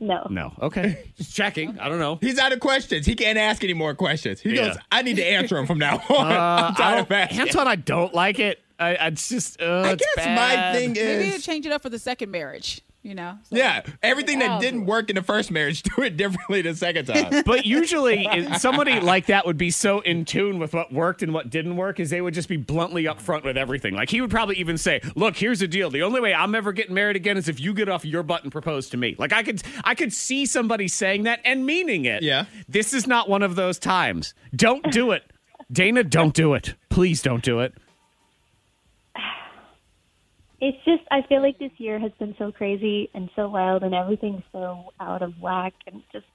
L: no,
A: No. Okay. Just checking. I don't know.
C: He's out of questions. He can't ask any more questions. He
A: Yeah. Uh,
C: goes, I need to answer him from now on.
A: I
C: I'm tired
A: don't-
C: of asking.
A: Antoine, I don't like it. I, I it's just. Uh,
C: I
A: it's
C: guess my
A: bad.
C: thing is
D: Maybe they change it up for the second marriage. You know.
C: Yeah, everything
D: Oh.
C: that didn't work in the first marriage, do it differently the second time.
A: but usually it- somebody like that would be so in tune with what worked and what didn't work is they would just be bluntly upfront with everything. Like he would probably even say, "Look, here's the deal. The only way I'm ever getting married again is if you get off your butt and propose to me." Like I could I could see somebody saying that and meaning it. Yeah. This is not one of those times. Don't do it. Dana, don't do it. Please don't do it.
L: It's just I feel like this year has been so crazy and so wild and everything's so out of whack and just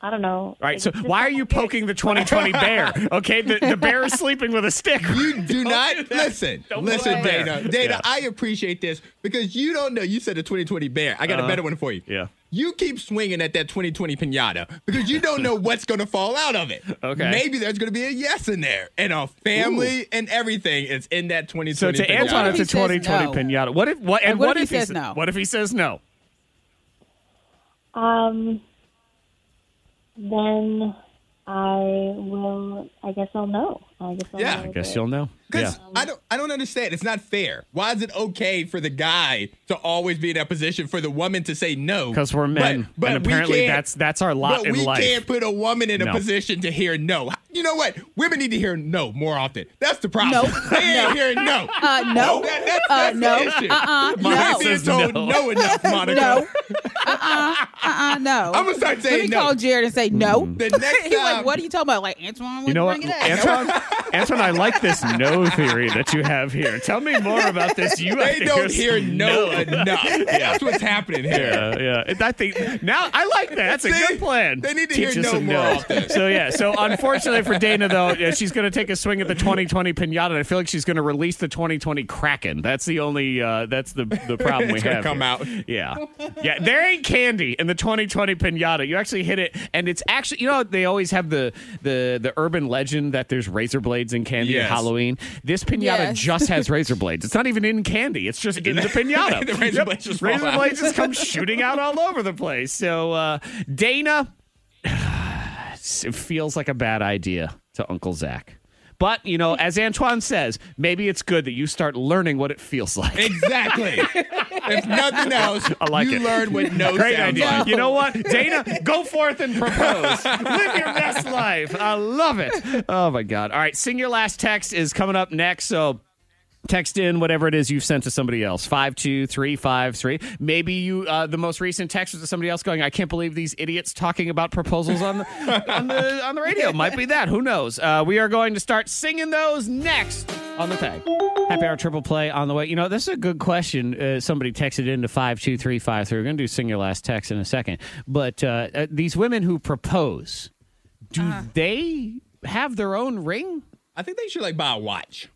L: I don't know.
A: All right. So why are you poking the 2020 bear? Okay, the, the bear is sleeping with a stick.
C: You do
A: Don't
C: not
A: do that.
C: listen.
A: Don't
C: listen,
A: go there.
C: Dana. Dana,
A: Yeah.
C: I appreciate this because you don't know. You said the 2020 bear. I got
A: Uh-huh.
C: a better one for you.
A: Yeah.
C: You keep swinging at that 2020 pinata because you don't know what's going to fall out of it.
A: Okay.
C: Maybe there's going to be a yes in there, and a family and everything is in that 2020.
A: So to
C: pinata.
A: Antoine, it's a 2020 pinata. What if what and,
C: And what if he
A: he
C: says
A: sa-
C: no?
A: What if he says no?
L: Um then I will I guess I'll know. I guess I'll
C: Yeah.
L: know.
C: I
A: Guess you'll know.
C: Because I don't, I don't understand. It's not fair. Why is it okay for the guy to always be in that position for the woman to say no?
A: Because we're men,
C: but
A: and
C: we
A: apparently
C: can't-
A: that's that's our lot
C: but
A: in
C: we
A: life.
C: can't put a woman in a
A: No.
C: position to hear no. You know what? Women need to hear no more often. That's the problem.
D: No.
C: They ain't
D: No.
C: hearing no.
D: Uh, no.
C: That- that's,
D: Uh,
C: that's
D: no.
C: the issue.
D: Uh-uh.
C: Monica
D: No.
C: is told
D: No.
C: no. enough, Monica.
D: No. Uh-uh. Uh-uh. No.
C: I'm gonna start
D: Let
C: saying
D: me
C: no.
D: call Jared and say no.
C: The next
D: He like,
C: time-
D: what are you talking about? Like Antoine?
A: Mm-hmm. You know what,
D: wouldn't bring it up.
A: Antoine? Antoine, I like this no theory that you have here. Tell me more about this. You
C: They
A: acting
C: don't
A: as-
C: hear no enough. That's what's happening here.
A: Yeah, yeah. And I think now I like that. That's a
C: See?
A: good plan.
C: They need to
A: Teach
C: hear
A: us
C: no
A: a
C: more often.
A: So yeah. So unfortunately for Dana though, yeah, she's going to take a swing at the 2020 pinata. And I feel like she's going to release the 2020 kraken. That's the only. Uh, that's the the problem we
C: It's gonna
A: have.
C: come
A: here.
C: out.
A: Yeah. Yeah. There ain't candy in the 2020 pinata. You actually hit it, and it's actually you know they always have the the the urban legend that there's razor blades in candy at
C: Yes.
A: Halloween. This pinata
C: Yes.
A: just has razor blades. It's not even in candy. It's just in the pinata.
C: The razor blades just fall
A: razor
C: out.
A: blades just come shooting out all over the place. So uh, Dana, it feels like a bad idea to Uncle Zach. But you know, as Antoine says, maybe it's good that you start learning what it feels like.
C: Exactly. if nothing else,
A: I like
C: you
A: it.
C: learn what no
A: Great
C: sounds
A: idea.
C: like.
A: You know what, Dana? Go forth and propose. Live your best life. I love it. Oh my God! All right, sing your last text is coming up next. So. Text in whatever it is you've sent to somebody else. Five two three five three. Maybe you uh, the most recent text was to somebody else going. I can't believe these idiots talking about proposals on the on the on the radio. Might be that. Who knows? Uh, we are going to start singing those next on the thing. Happy hour triple play on the way. You know this is a good question. Uh, somebody texted in to five two three five three. We're going to do sing your last text in a second. But uh, uh, these women who propose, do
D: Uh-huh.
A: they have their own ring?
C: I think they should like buy a watch.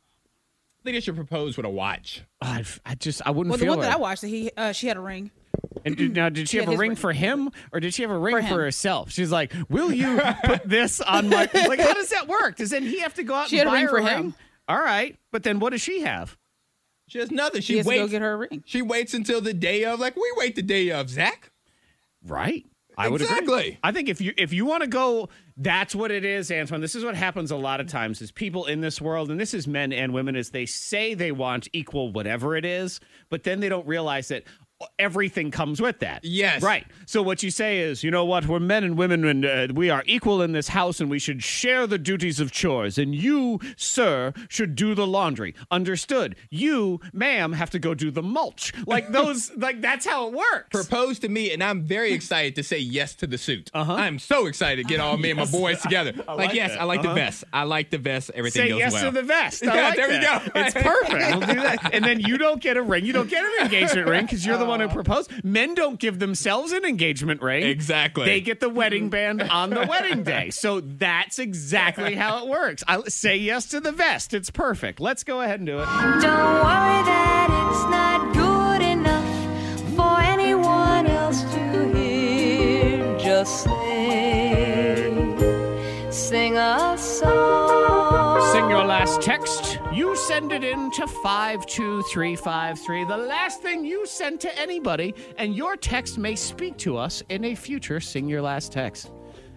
C: I think they should propose with a watch.
A: I, Oh, I just I wouldn't
D: Well, the
A: feel
D: one
A: right.
D: that I watched, that he uh, she had a ring.
A: And did, now, did she,
D: She
A: have
D: had
A: a
D: his
A: ring,
D: ring.
A: for him, or did she have a ring
D: For
A: for,
D: him.
A: herself? She's like, "Will you put this on my like? How does that work? Does then he have to go out
D: She
A: and
D: had a
A: buy
D: ring
A: her
D: for him.
A: All right, but then what does she have?
C: She has nothing. She
D: has to
C: waits.
D: go get her a ring.
C: She waits until the day of. Like we wait the day of, Zach.
A: Right. I would agree.
C: Exactly.
A: I think if you if you want to go, that's what it is, Antoine. This is what happens a lot of times: is people in this world, and this is men and women, is they say they want equal whatever it is, but then they don't realize that everything comes with that.
C: Yes.
A: Right. So what you say is, you know what? We're men and women, and uh, we are equal in this house, and we should share the duties of chores. And you, sir, should do the laundry. Understood. You, ma'am, have to go do the mulch. Like those. like that's how it works.
C: Propose to me, and I'm very excited to say yes to the suit. Uh-huh. I'm so excited to get all me and my
A: Yes.
C: boys together.
A: I
C: like,
A: like
C: yes,
A: that.
C: I like
A: Uh-huh.
C: the vest. I like the vest. Everything
A: Say
C: goes
A: yes
C: well.
A: to the vest. I
C: Yeah,
A: like
C: there we
A: that.
C: go.
A: It's perfect. We'll do that. And then you don't get a ring. You don't get an engagement ring because you're the one who proposed. Men don't give themselves an engagement ring.
C: Exactly.
A: They get the wedding band on the wedding day. So that's exactly how it works. I say yes to the vest. It's perfect. Let's go ahead and do it.
B: Don't worry that it's not good enough for anyone else to hear. Just sing, sing a song.
A: Sing your last text. You send it in to 52353, the last thing you send to anybody, and your text may speak to us in a future Sing Your Last Text.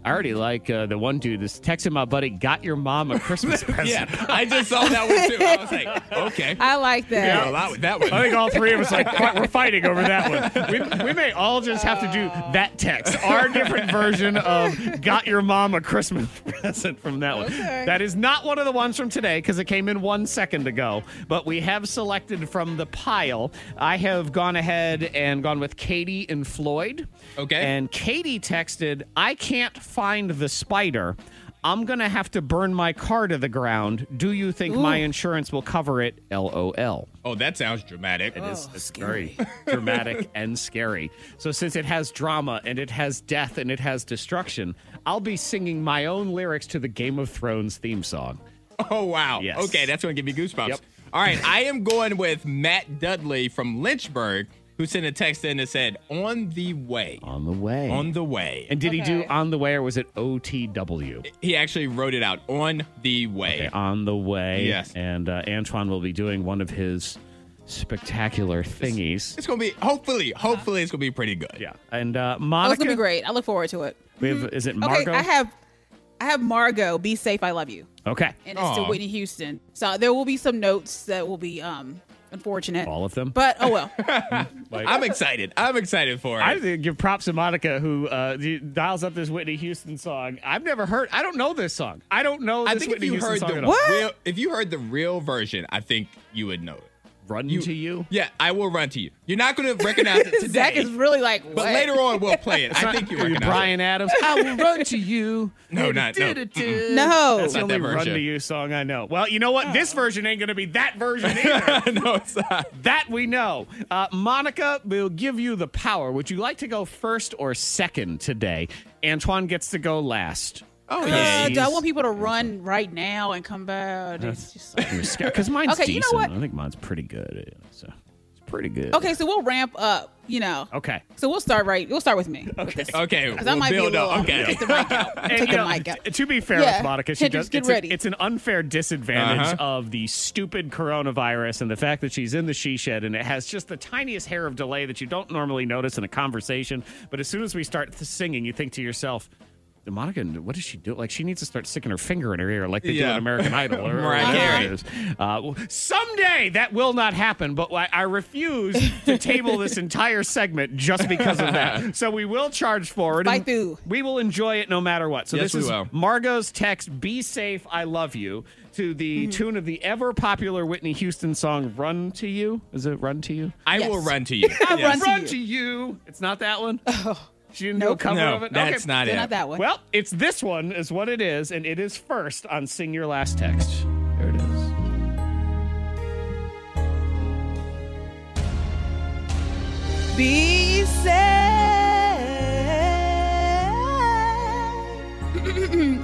A: I already like uh, the one dude that's texting my buddy, got your mom a Christmas present.
C: Yeah, I just saw that one too. I was like, okay.
D: I like that.
A: Yeah.
C: a lot with that one.
A: I think all three of us like fi- we're fighting over that one. We, we may all just have to do that text, our different version of "Got your mom a Christmas present" from that one.
M: Okay.
A: That is not one of the ones from today because it came in one second ago. But we have selected from the pile. I have gone ahead and gone with Katie and Floyd.
C: Okay.
A: And Katie texted, "I can't find the spider." I'm gonna have to burn my car to the ground. Do you think my
C: Ooh.
A: insurance will cover it? LOL.
C: Oh, that sounds dramatic.
A: It is it's very dramatic and scary. So since it has drama and it has death and it has destruction, I'll be singing my own lyrics to the Game of Thrones theme song.
C: Oh wow.
A: Yes.
C: Okay, that's gonna give me goosebumps.
A: Yep.
C: All right, I am going with Matt Dudley from Lynchburg, who sent a text in that said, "On the way."
A: On the way.
C: On the way.
A: And did he do on the way or was it OTW?
C: He actually wrote it out. On the way.
A: On the way.
C: Yes.
A: And uh, Antoine will be doing one of his spectacular thingies.
C: It's gonna be hopefully, hopefully it's gonna be pretty good.
A: Yeah. And uh,
D: Oh, it's
A: Monica,
D: gonna be great. I look forward to it.
A: we have, is it
D: Okay,
A: Margot?
D: I have, I have Margot. Be safe. I love you.
A: Okay.
D: And it's to Whitney Houston. So there will be some notes that will be um unfortunate.
A: All of them.
D: But oh well.
C: I'm excited. I'm excited for it.
A: I think give props to Monica who uh, d- dials up this Whitney Houston song. I've never heard. I don't know this song. I don't know. This
C: I think if
A: Whitney
C: you
A: Houston
C: heard
A: song
C: the
A: at all.
C: real, if you heard the real version, I think you would know it.
A: Run to you?
C: Yeah, I will run to you. You're not going to recognize it today.
D: Zach is really like.
C: but
D: what?
C: later on we'll play it.
A: It's
C: I
A: not-
C: think you
A: are you
C: recognize
A: Brian
C: it.
A: Adams. I will run to you.
C: No, not- no.
A: Du-du-du-du.
D: No.
A: That's
C: That's
A: the
C: not
A: only
C: that
A: run
C: version.
A: to you song I know. Well, you know what? This version ain't gonna be that version either.
C: no, it's not.
A: That we know. Uh, Monica, we'll give you the power. Would you like to go first or second today? Antoine gets to go last.
C: Oh
D: Uh, do I want people to run right now and come back? It's just like-
A: Because mine's
D: Okay,
A: decent.
D: you know what?
A: I think mine's pretty good. So it's pretty good.
D: okay, so we'll ramp up. You know.
A: Okay.
D: So we'll start right. We'll start with me.
A: Okay.
C: Okay,
D: Because I might be a little. Take the mic out.
A: And,
D: Take
A: you
D: the
A: know,
D: mic out.
A: t- To be fair
D: Yeah.
A: with Monica, she
D: Hendrix,
A: does.
D: get
A: it's, a-
D: ready.
A: it's an unfair disadvantage
C: Uh-huh.
A: of the stupid coronavirus and the fact that she's in the she shed and it has just the tiniest hair of delay that you don't normally notice in a conversation. But as soon as we start th- singing, you think to yourself. Monica, what does she do? Like she needs to start sticking her finger in her ear, like they do
C: Yeah.
A: in American Idol, or, or
C: Mariah
A: whatever
C: Carey.
A: it is. Uh, well, someday that will not happen, but I, I refuse to table this entire segment just because of that. So we will charge forward. and
D: Fight through.
A: We will enjoy it no matter what. So
C: Yes,
A: this
C: we
A: is
C: will.
A: Margot's text, Be Safe, I Love You, to the
D: Mm-hmm.
A: tune of the ever popular Whitney Houston song, Run to You. Is it Run to You?
C: I will
D: Yes.
C: run to you.
D: I
C: Yes.
D: run to you. Oh.
A: It's not that one? She didn't do a
D: Nope.
A: cover
C: No,
A: of it?
C: that's not
D: Still
C: it.
D: not that one.
A: Well, it's this one, is what it is, and it is first on Sing Your Last Text. There it is.
D: Be safe.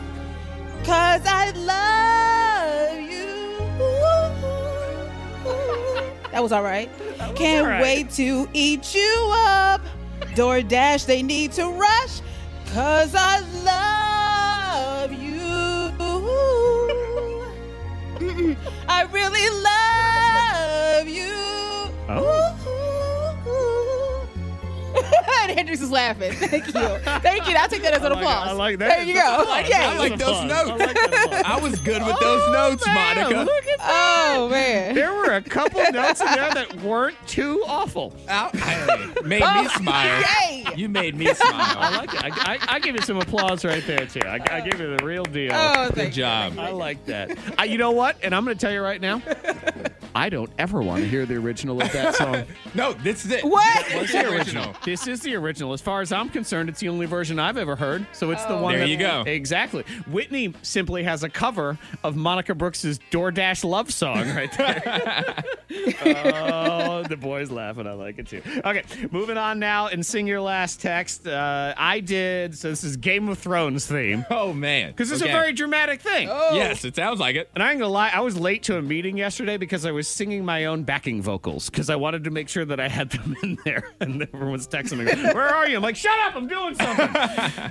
D: Cause I love you. That was all right. Can't
A: all right.
D: wait to eat you up. DoorDash, they need to rush. Cause I love you. I really love you.
A: Oh.
D: and Hendrix is laughing. Thank you. Thank you. I'll take that as an
A: I like it.
D: applause.
A: I like that.
D: There you go.
A: Applause.
D: Yeah.
C: I like
A: That
C: those
A: was
C: notes.
A: applause. I like that applause.
C: I was good with those notes, Monica.
A: Look at that.
D: Oh man.
A: There were a couple notes in there that weren't too awful.
C: I, I- made me smile.
D: Oh, Yay.
C: You made me smile.
A: I like it. I, I, I give you some applause right there, too. I, I give you the real deal.
D: Oh,
C: Good
D: thank you.
C: job.
A: I like that. I, you know what? And I'm going to tell you right now, I don't ever want to hear the original of that song.
C: No, this is it.
D: What?
C: What's the original?
A: This is the original. As far as I'm concerned, it's the only version I've ever heard. So it's the one.
C: Oh. There
A: that-
C: you go.
A: Exactly. Whitney simply has a cover of Monica Brooks's DoorDash love song right there. oh, the boys laughing. I like it too. Okay, moving on now and sing your last text. Uh, I did. So this is Game of Thrones theme
C: Oh man.
A: because it's
C: Okay.
A: a very dramatic thing.
C: Yes, it sounds like it.
A: And I ain't gonna lie, I was late to a meeting yesterday because I was singing my own backing vocals because I wanted to make sure that I had them in there. And everyone's texting me, "Where are you?" I'm like, "Shut up! I'm doing something."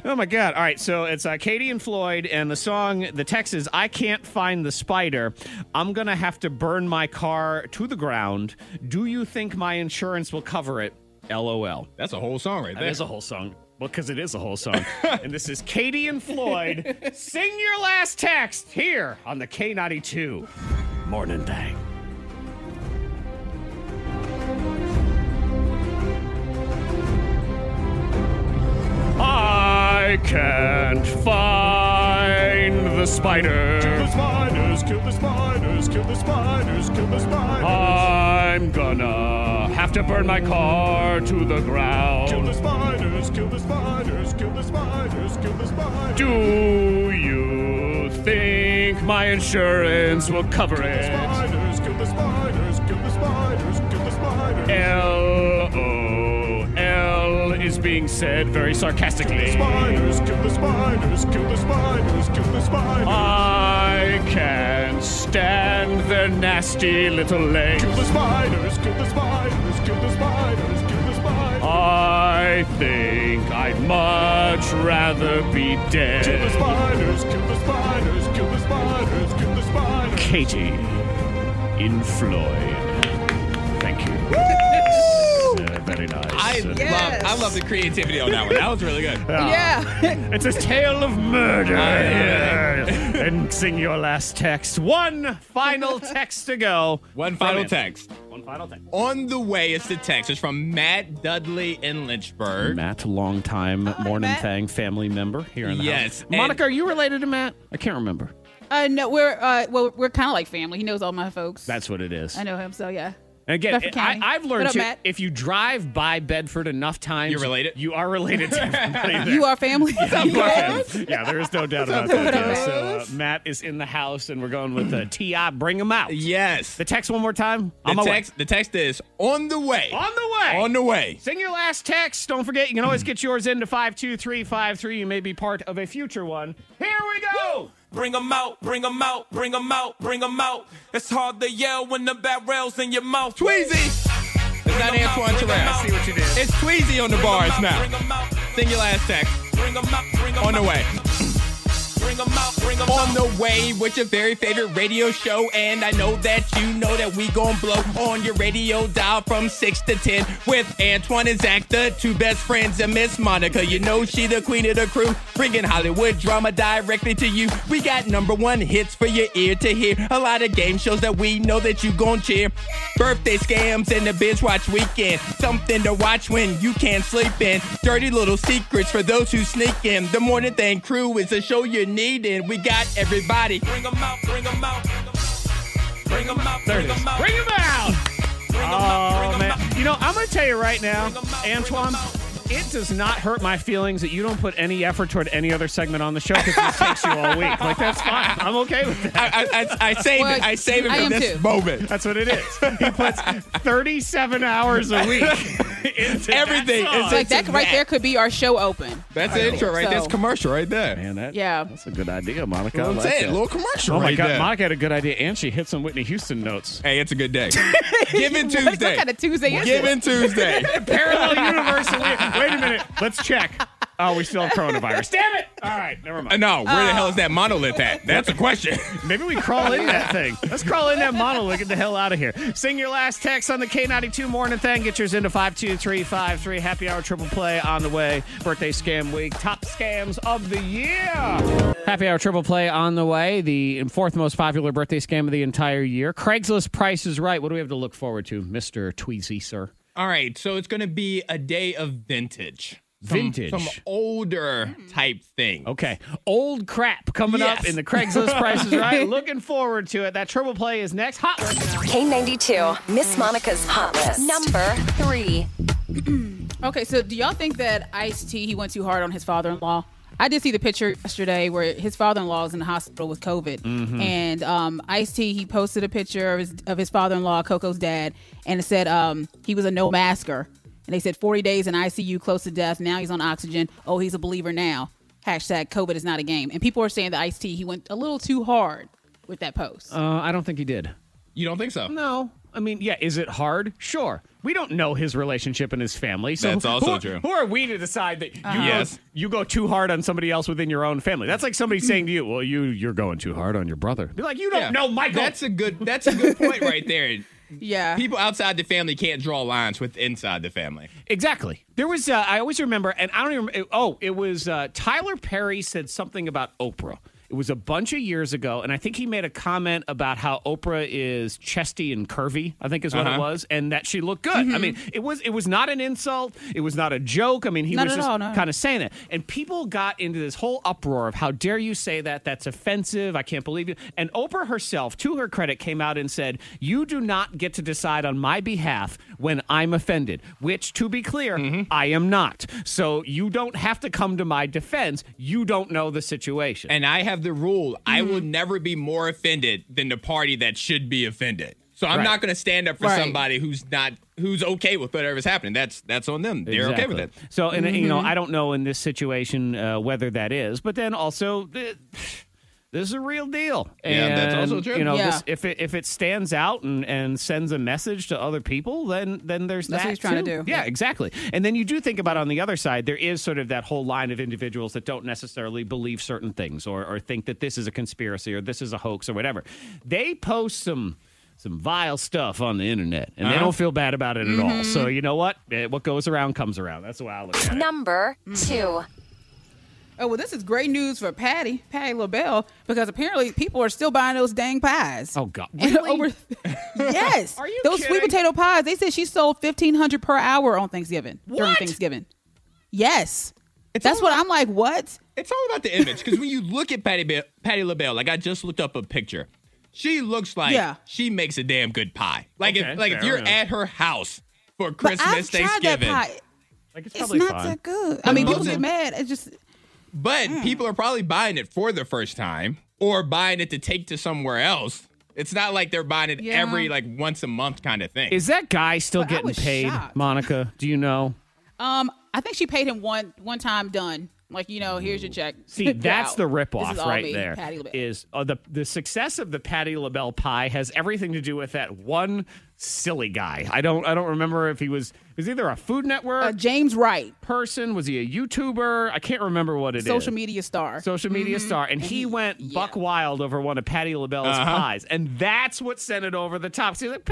A: oh my god! All right, so it's uh, Katie and Floyd, and the song, the text is, "I can't find the spider. I'm gonna have to burn my car to the ground. Do you think my insurance will cover it?" LOL.
C: That's a whole song right
A: That
C: there.
A: is a whole song. Well, because it is a whole song. and this is Katie and Floyd. Sing your last text here on the K92 Morning Thing. I can't find the spider. Kill the spiders, kill the spiders, kill the spiders, kill the spiders. I'm gonna have to burn my car to the ground. Kill the spiders, kill the spiders, kill the spiders, kill the spiders. Do you think my insurance will cover it? spiders, kill the spiders, kill the spiders, kill the spiders. L O L is being said very sarcastically. Kill the spiders, kill the spiders, kill the spiders, kill the spiders. I can't stand their nasty little legs. Kill the spiders, kill the spiders, kill the spiders, kill the spiders. I think I'd much rather be dead. Kill the spiders, kill the spiders, kill the spiders, kill the spiders. Katie in Floyd. Thank you. It's, uh, very nice.
C: I
A: Yes.
C: love I love the creativity on that one. That was really good.
A: Yeah. it's a tale of murder. Yeah. and sing your last text. One final text to go.
C: One final text.
A: One final text.
C: On the way is the text. It's from Matt Dudley in Lynchburg.
A: Matt, longtime Morning Thang family member here in the house.
C: Yes, and-
A: Monica, are you related to Matt? I can't remember.
D: Uh, no, we're uh, well, we're kind of like family. He knows all my folks.
A: That's what it is.
D: I know him, so yeah.
A: And again,
D: Bedford
A: I,
D: County.
A: I've
D: What
A: learned
D: up,
A: too,
D: Matt?
A: if you drive by Bedford enough times,
C: You're related?
A: You are related to everybody there.
D: You are family.
A: yeah, yeah, there is no doubt about
D: What's
A: that.
D: up,
A: yeah.
D: guys?
A: So uh, Matt is in the house, and we're going with uh, Ti. Bring him out.
C: Yes.
A: The text one more time.
C: The
A: On my way.
C: text the text is on the way.
A: On the way.
C: On the way.
A: Sing your last text. Don't forget, you can always get yours into five two three five three. You may be part of a future one. Here we go.
M: Bring 'em out, bring 'em out, bring 'em out, bring 'em out. It's hard to yell when the bat rails in your mouth.
C: Tweezy! It's not Antoine Terrell. See what you did. It's Tweezy on the bars now. Sing your last text.
M: Bring 'em out, bring 'em
C: On the
M: out.
C: way.
M: Bring 'em out, bring 'em
C: On
M: out.
C: the way with your very favorite radio show. And I know that you know that we gon' blow on your radio dial from 6 to 10 with Antoine and Zach, the two best friends, and Miss Monica. You know she the queen of the crew, bringing Hollywood drama directly to you. We got number one hits for your ear to hear. A lot of game shows that we know that you gon' cheer. Birthday scams and the binge watch weekend. Something to watch when you can't sleep in. Dirty little secrets for those who sneak in. The Morning Thing crew is a show you're needing. We got everybody.
M: Bring 'em out, bring 'em out. Bring 'em out,
A: There it
M: bring 'em
A: is.
M: out.
A: Bring him out. Oh man, you know I'm gonna tell you right now, Antoine. It does not hurt my feelings that you don't put any effort toward any other segment on the show because this takes you all week. Like that's fine. I'm okay with that.
C: I, I, I save it. I save it for this moment.
A: That's what it is. He puts 37 hours a week. into
C: Everything
A: that
C: is
A: song.
D: like that right there could be our show open.
C: That's the intro right there. That's
D: So-
C: commercial right there. Man,
A: that,
D: Yeah.
A: That's a good idea, Monica.
C: That's what I'm
A: I like
C: saying.
A: that.
C: A little commercial
A: Oh my
C: right
A: God,
C: there.
A: Monica had a good idea, and she hit some Whitney Houston notes.
C: Hey, it's a good day. Given Tuesday.
D: What kind of Tuesday is
C: Given
D: it?
C: Tuesday.
A: Parallel universe. Wait, wait a minute. Let's check. Oh, we still have coronavirus. Damn it! All right, never mind.
C: Uh, No, where the hell is that monolith at? That's a question.
A: Maybe we crawl in that thing. Let's crawl in that model and get the hell out of here. Sing your last text on the K92 morning thing. Get yours into 52353. Happy hour triple play on the way. Birthday scam week. Top scams of the year. Happy hour triple play on the way. The fourth most popular birthday scam of the entire year. Craigslist price is right. What do we have to look forward to, Mr. Tweezy, sir?
C: All right, so it's going to be a day of vintage. Some-
A: Vintage. Oh.
C: Some older
A: Hmm.
C: type thing.
A: Okay. Old crap coming
C: Yes.
A: up in the Craigslist Price is Right. Looking forward to it. That triple play is next. Hot
E: K92, Miss Monica's hot list. Number three.
D: Okay, so do y'all think that Ice T he went too hard on his father-in-law? I did see the picture yesterday where his father-in-law is in the hospital with COVID,
N: Mhm.
D: and um, Ice T he posted a picture of his, of his father-in-law Coco's dad, and it said um, he was a no masker, and they said 40 days in ICU, close to death. Now he's on oxygen. Oh, he's a believer now. Hashtag COVID is not a game, and people are saying that Ice T he went a little too hard with that post.
A: Uh, I don't think he did.
C: You don't think so?
A: No. I mean, yeah, is it hard? Sure. We don't know his relationship and his family. So
C: That's
A: who-
C: also
A: who,
C: true.
A: Who are we to decide that you,
C: Uh-huh.
A: go,
C: Yes.
A: you go too hard on somebody else within your own family? That's like somebody saying to you, "Well, you you're going too hard on your brother." Be like, "You don't know Michael."
C: That's a good. That's a good point right there.
D: Yeah.
C: People outside the family can't draw lines with inside the family.
A: Exactly. There was, uh, I always remember, and I don't even, it- oh, it was uh, Tyler Perry said something about Oprah. It was a bunch of years ago, and I think he made a comment about how Oprah is chesty and curvy. I think is what it
C: Uh-huh.
A: was, and that she looked good.
D: Mm-hmm.
A: I mean, it was it was not an insult. It was not a joke. I mean, he
D: Not
A: was
D: at
A: just
D: all, no.
A: kind of saying it, and people got into this whole uproar of how dare you say that? That's offensive. I can't believe you. And Oprah herself, to her credit, came out and said, "You do not get to decide on my behalf when I'm offended." Which, to be clear, I am not. So you don't have to come to my defense. You don't know the situation.
C: And I have the rule I will
A: Hmm.
C: never be more offended than the party that should be offended. So I'm
A: Right.
C: not going to stand up for
A: Right.
C: somebody who's not who's okay with whatever's happening. That's that's on them. They're okay with it.
A: Exactly. So, and uh, you
D: Mm-hmm.
A: know, I don't know in this situation uh, whether that is, but then also, th- this is a real deal.
C: Yeah, that's
A: And,
C: also true.
A: You know,
C: Yeah.
A: this, if it if it stands out and, and sends a message to other people, then then there's
D: That's
A: that
D: what he's trying to
A: too.
D: do.
A: Yeah, exactly. And then you do think about on the other side, there is sort of that whole line of individuals that don't necessarily believe certain things or or think that this is a conspiracy or this is a hoax or whatever. They post some. Some vile stuff on the internet, and they
C: Uh-huh.
A: don't feel bad about it at all.
D: Mm-hmm.
A: So you know what? Eh, What goes around comes around. That's the way I look at it.
E: Number two.
D: Oh well, this is great news for Patty, Patty LaBelle, because apparently people are still buying those dang pies.
A: Oh God!
D: Over, yes, are you those sweet potato pies? They said she sold fifteen hundred per hour on Thanksgiving during
C: What?
D: Thanksgiving. Yes, that's what I'm like. What?
C: It's all about the image because when you look at Patty Be- Patty LaBelle, like I just looked up a picture, she looks like
D: Yeah.
C: she makes a damn good pie. Like
A: Okay,
C: if like if
A: fair
C: you're
A: enough.
C: at her house for
D: But
C: Christmas,
D: I've tried that
C: Thanksgiving,
D: pie.
A: Like
D: It's not that good. I
C: But
D: mean, people
C: most
D: get
C: of-
D: mad. It's just
C: but
D: Mm.
C: people are probably buying it for the first time or buying it to take to somewhere else. It's not like they're buying it
D: Yeah.
C: every like once a month kind of thing.
A: Is that guy still
D: But I
A: getting
D: was
A: paid,
D: shocked.
A: Monica? Do you know?
D: Um, I think she paid him one one time done. Like you know, here's your check.
A: See,
D: Wow.
A: that's the
D: This is
A: ripoff
D: all
A: right
D: me,
A: there.
D: Patti LaBelle.
A: Is uh, the the success of the Patty LaBelle pie has everything to do with that one silly guy? I don't I don't remember if he was he was either a Food Network
D: Uh, James Wright,
A: person, was he a YouTuber? I can't remember what it is.
D: social media star.
A: Social media star, and he, went buck wild over one of Patty LaBelle's
C: Uh-huh.
A: pies, and that's what sent it over the top. So he's like,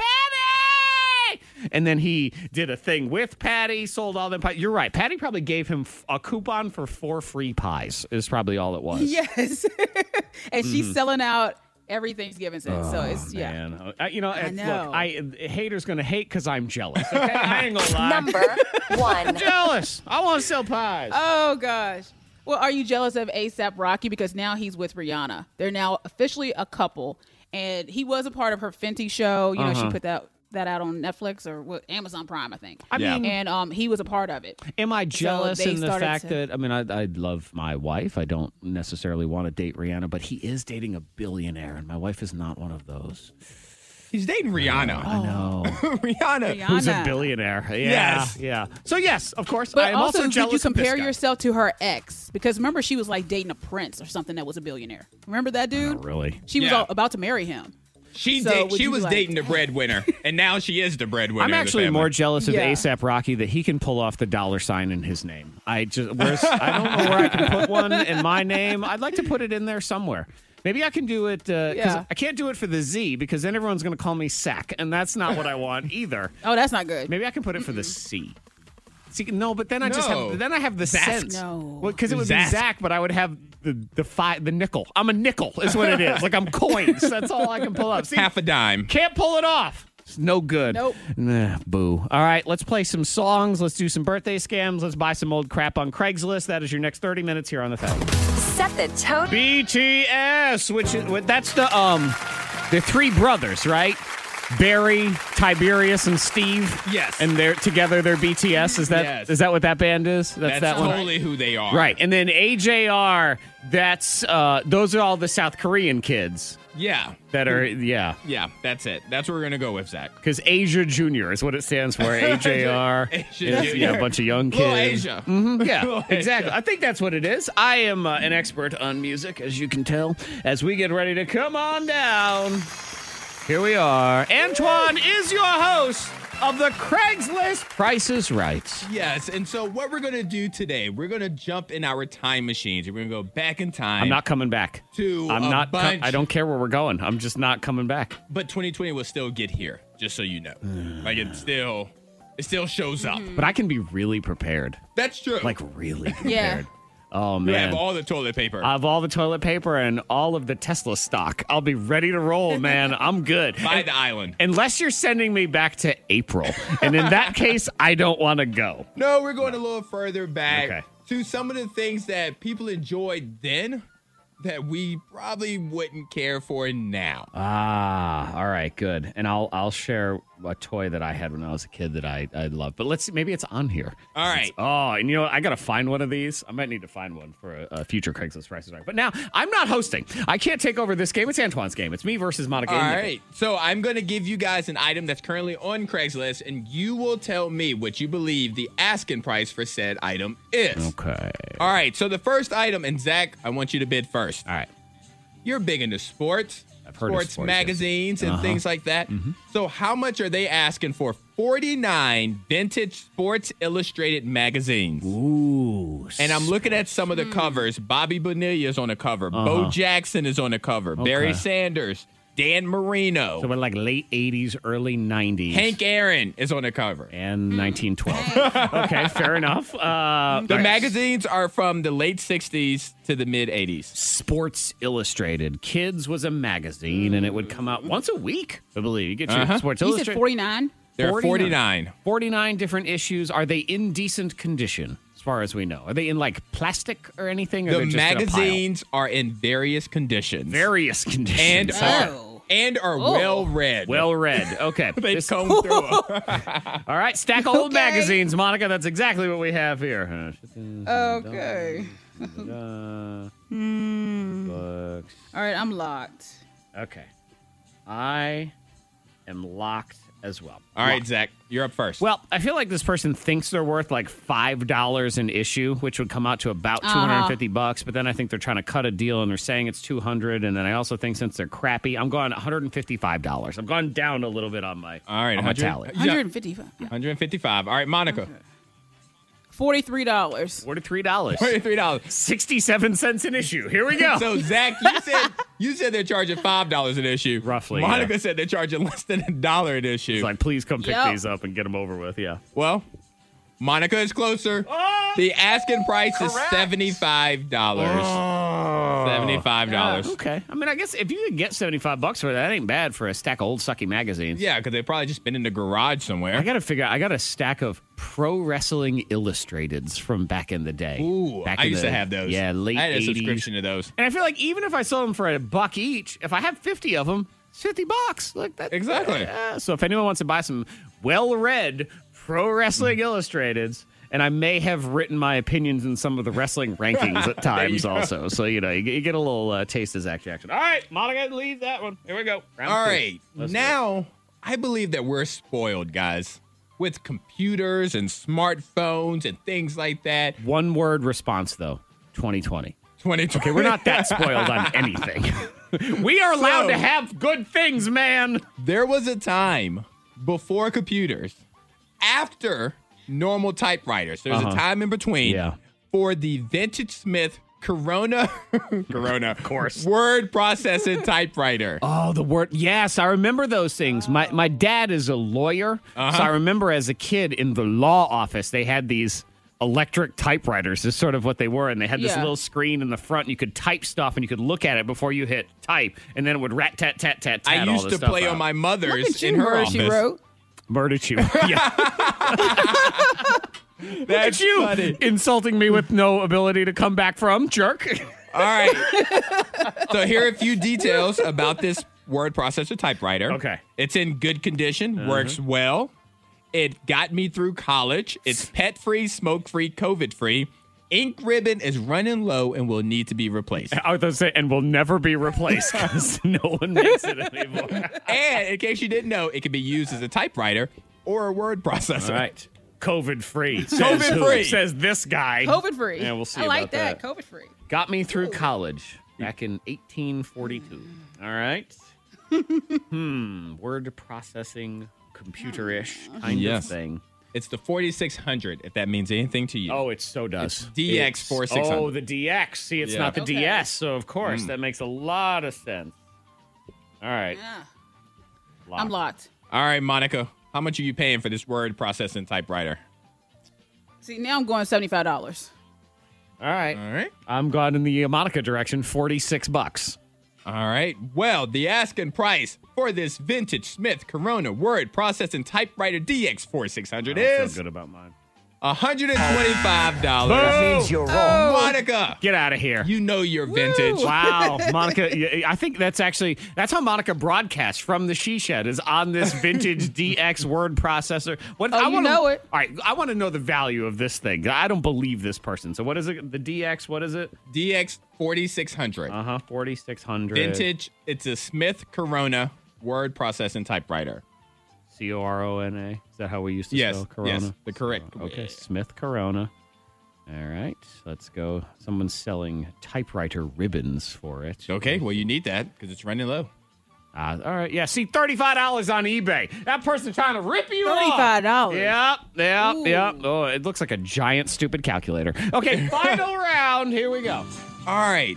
A: Patty! And then he did a thing with Patty, sold all them pies. You're right. Patty probably gave him f- a coupon for four free pies, is probably all it was.
D: Yes, and she's
C: Mm-hmm.
A: Mhm.
D: selling out every Thanksgiving. set. so
C: Oh,
D: it's yeah.
A: Man. I- uh, you know, I
D: know.
A: look, I a hater's gonna hate because I'm jealous. Okay, I ain't gonna lie.
E: Number
A: I'm
E: one.
A: jealous. I want to sell pies.
D: Oh gosh. Well, are you jealous of ASAP Rocky because now he's with Rihanna? They're now officially a couple, and he was a part of her Fenty show. You know, she
A: Uh-huh.
D: put that that out on Netflix or what, Amazon Prime, I think.
A: I Yeah. mean-
D: and um, he was a part of it.
A: Am I jealous
D: they
A: in the
D: started
A: fact
D: to-
A: that I mean I, I love my wife. I don't necessarily want to date Rihanna, but he is dating a billionaire, and my wife is not one of those.
C: He's dating
D: Oh.
C: Rihanna.
A: I know.
C: Rihanna.
A: Who's a billionaire? Yeah,
C: Yes.
A: Yeah. So yes, of course.
D: But
A: I am
D: also,
A: also, jealous.
D: did you
A: of this
D: compare
A: guy.
D: yourself to her ex? Because remember, she was like dating a prince or something that was a billionaire. Remember that dude?
A: Really?
D: She was
C: Yeah.
D: all about to marry him.
C: She
D: So
C: date-
D: would
C: she
D: you be
C: was
D: like,
C: dating the breadwinner, and now she is the breadwinner.
A: I'm
C: of the
A: actually
C: family.
A: more jealous of
D: Yeah.
A: ASAP Rocky that he can pull off the dollar sign in his name. I just where's, I don't know where I can put one in my name. I'd like to put it in there somewhere. Maybe I can do it. Uh, 'cause
D: Yeah.
A: I can't do it for the Z because then everyone's going to call me Sack, and that's not what I want either.
D: Oh, that's not good.
A: Maybe I can put it for the C. See, no, but then I just
C: No.
A: have then I have the
C: Zask.
A: sense.
D: No.
A: because it would
C: Zask.
A: be Zach, but I would have the the five the nickel. I'm a nickel is what it is. like I'm coins. That's all I can pull up. See,
C: half a dime.
A: can't pull it off. It's no good.
D: Nope.
A: Nah, boo. All right, let's play some songs. Let's do some birthday scams. Let's buy some old crap on Craigslist. That is your next 30 minutes here on the phone.
E: Set the tone.
A: BTS, which is what- that's the um the three brothers, right? Barry, Tiberius, and Steve.
C: Yes.
A: And they're together they're BTS. Is that is
C: Yes.
A: that what that band is? That's,
C: That's,
A: that one.
C: totally who they are.
A: Right. And then AJR, that's uh those are all the South Korean kids
C: Yeah.
A: that are yeah.
C: Yeah. That's it. That's what we're gonna go with, Zach.
A: Because Asia Junior is what it stands for. AJR.
C: Asia
A: It's-
C: Junior.
A: Yeah, a bunch of young kids.
C: Little Asia. Mm-hmm.
A: hmm
C: Little
A: Yeah,
C: Asia.
A: exactly. I think that's what it is. I am uh, an expert on music, as you can tell, as we get ready to come on down. Here we are. Antoine is your host of the Craigslist Price is Right.
C: Yes, and so what we're gonna do today, we're gonna jump in our time machines. We're gonna go back in time.
A: I'm not coming back.
C: To
A: I'm
C: a
A: not. co-
C: bunch-
A: I don't care where we're going. I'm just not coming back.
C: But 2020 will still get here, just so you know. like it still, it still shows up.
A: But I can be really prepared.
C: That's true.
A: Like really prepared.
D: Yeah.
A: Oh
C: You have
A: man.
C: all the toilet paper.
A: I have all the toilet paper and all of the Tesla stock. I'll be ready to roll, man. I'm good.
C: By the island.
A: Unless you're sending me back to April. And in that case, I don't want to go.
C: No, we're going a little further back to some of the things that people enjoyed then that we probably wouldn't care for now.
A: Ah, all right, good. And I'll I'll share a toy that I had when I was a kid that I I loved. But let's see, maybe it's on here.
C: All right.
A: Oh, and you know what? I gotta find one of these. I might need to find one for a, a future Craigslist prices right. But now I'm not hosting. I can't take over this game. It's Antoine's game. It's me versus Monica.
C: All
A: and Nick.
C: right. So I'm going to give you guys an item that's currently on Craigslist, and you will tell me what you believe the asking price for said item is.
A: Okay.
C: All right. So the first item, and Zach, I want you to bid first. All
A: right.
C: You're big into sports, I've
A: heard of
C: sports,
A: sports, yes.
C: magazines, and
A: Uh-huh.
C: things like that. So how much are they asking for 49 vintage Sports Illustrated magazines?
A: Ooh.
C: And I'm looking at some of the covers. Bobby Bonilla is on the cover. Bo
A: Uh-huh.
C: Jackson is on the cover. Barry
A: Okay.
C: Sanders, Dan Marino.
A: So we're like late 80s, early 90s.
C: Hank Aaron is on the cover.
A: And 1912. okay, fair enough. Uh,
C: The
A: all right.
C: magazines are from the late 60s to the mid 80s.
A: Sports Illustrated. Kids was a magazine, and it would come out once a week, I believe. You get your
C: Uh-huh.
A: Sports
D: You said
A: Illustrated.
D: 49?
C: There are 49.
A: 49 different issues. Are they in decent condition, as far as we know? Are they in like plastic or anything? Or
C: The
A: they're just In a pile?
C: magazines are in various conditions.
A: Various
C: and
A: conditions.
C: are, and are
A: Oh.
C: well read.
A: Well read. Okay.
C: they
A: This-
C: comb through 'em.
A: all right. Stack of old magazines, Monica. That's exactly what we have here.
D: Okay.
A: Uh, books.
D: All right, I'm locked.
A: Okay. I am locked as well.
C: All right, Zach, you're up first.
A: Well, I feel like this person thinks they're worth like five dollars an issue, which would come out to about two
D: Uh-huh.
A: hundred and fifty bucks. But then I think they're trying to cut a deal, and they're saying it's two hundred. And then I also think since they're crappy, I'm going one hundred and fifty-five dollars. I've gone down a little bit on my
C: All right,
A: on my
C: 100
A: tally.
C: Yeah.
D: 155.
C: 155. All right, Monica.
D: $43.
A: Forty-three dollars,
C: Forty-three dollars,
A: sixty-seven cents an issue. Here we go.
C: So Zach, you said you said they're charging five dollars an issue.
A: Roughly,
C: Monica said they're charging less than a dollar an issue.
A: It's like, please come pick
D: Yep.
A: these up and get them over with. Yeah.
C: Well, Monica is closer. the asking price is seventy-five dollars. Seventy-five dollars.
A: Okay. I mean, I guess if you could get 75 bucks for that, that ain't bad for a stack of old sucky magazines.
C: Yeah, because they've probably just been in the garage somewhere.
A: I got to figure out, I got a stack of pro wrestling illustrateds from back in the day.
C: Ooh,
A: back
C: I
A: in
C: used
A: the-
C: to have those.
A: Yeah, late
C: I had a
A: 80s.
C: subscription to those.
A: And I feel like even if I sold them for a buck each, if I have 50 of them, it's 50 bucks. Like that.
C: Exactly.
A: Yeah. So if anyone wants to buy some well read pro
C: Hmm.
A: wrestling illustrateds, and I may have written my opinions in some of the wrestling rankings at times also. So, you know, you, get- you get a little uh, taste of Zach Jackson. All right, Monica, leave that one. Here we go. Round
C: All
A: two.
C: right,
A: Let's do it.
C: now I believe that we're spoiled, guys, with computers and smartphones and things like that.
A: One word response, though 2020.
C: Twenty twenty.
A: Okay, we're not that spoiled on anything. we are allowed to have good things, man.
C: There was a time before computers, after normal typewriters. There's
A: Uh-huh.
C: a time in between
A: Yeah.
C: for the vintage Smith Corona Corona of
A: course.
C: word processing typewriter.
A: Oh, the word. Yes, I remember those things. My my dad is a lawyer, so
C: Uh-huh.
A: I remember as a kid in the law office they had these electric typewriters. Is sort of what they were, and they had this
D: Yeah.
A: little screen in the front. And you could type stuff, and you could look at it before you hit type, and then it would rat tat tat tat.
C: I
A: tat all
C: used
A: this
C: to
A: stuff
C: play
A: out.
C: on my
D: Look at
C: mother's
D: you,
C: in her
D: Murray,
C: office.
D: she wrote.
A: murdered you. yeah.
C: That's
A: you
C: funny.
A: insulting me with no ability to come back from jerk.
C: All right. so here are a few details about this word processor typewriter.
A: Okay. Uh-huh.
C: It's in good condition, works well. It got me through college. It's pet free, smoke free, COVID free. Ink ribbon is running low and will need to be replaced.
A: I was gonna say, and will never be replaced because no one makes it anymore.
C: and in case you didn't know, it can be used as a typewriter or a word processor.
A: All right. COVID free.
C: COVID-free.
A: Says this guy.
D: COVID free.
A: Yeah, we'll see
D: I like
A: about that.
D: COVID free.
A: Got me through college back in 1842. All right. hmm. Word processing computer-ish kind
C: Yes.
A: of thing.
C: It's the 4600, if that means anything to you.
A: Oh, it so does.
C: DX
A: It's-
C: 4600.
A: Oh, the DX. See, it's
C: Yeah.
A: not the
C: Okay.
A: DS, so of course
C: Mm.
A: that makes a lot of sense. All right.
D: I'm locked.
C: All right, Monica, how much are you paying for this word processing typewriter?
D: See, now I'm going seventy five dollars.
A: All right.
C: All right.
A: I'm going in the Monica direction, 46 bucks.
C: All right. Well, the asking price for this vintage Smith Corona word processing typewriter DX 4600
A: Oh, I
C: is
A: feel good about mine.
C: $125. That
A: That means you're wrong.
C: Monica.
A: Get out of here.
C: You know you're vintage.
A: Wow, Monica. y- I think that's actually that's how Monica broadcasts from the she shed is on this vintage DX word processor. What
D: Oh,
A: I
D: you
A: wanna,
D: know it.
A: All right, I want to know the value of this thing. I don't believe this person. So what is it? The DX. What is it?
C: DX 4600.
A: Uh huh. 4600.
C: Vintage. It's a Smith Corona word processing typewriter.
A: C O R O N A. Is that how we used to
C: Yes,
A: spell Corona?
C: yes, the correct
A: So, okay, Smith Corona. All right, let's go. Someone's selling typewriter ribbons for it.
C: Okay, well, you need that because it's running low.
A: Uh, all right, yeah. See, thirty-five dollars on eBay. That person's trying to rip you off.
D: $35.
A: Yep, yep,
D: Ooh.
A: yep. Oh, it looks like a giant stupid calculator. Okay, final round. Here we go.
C: All right.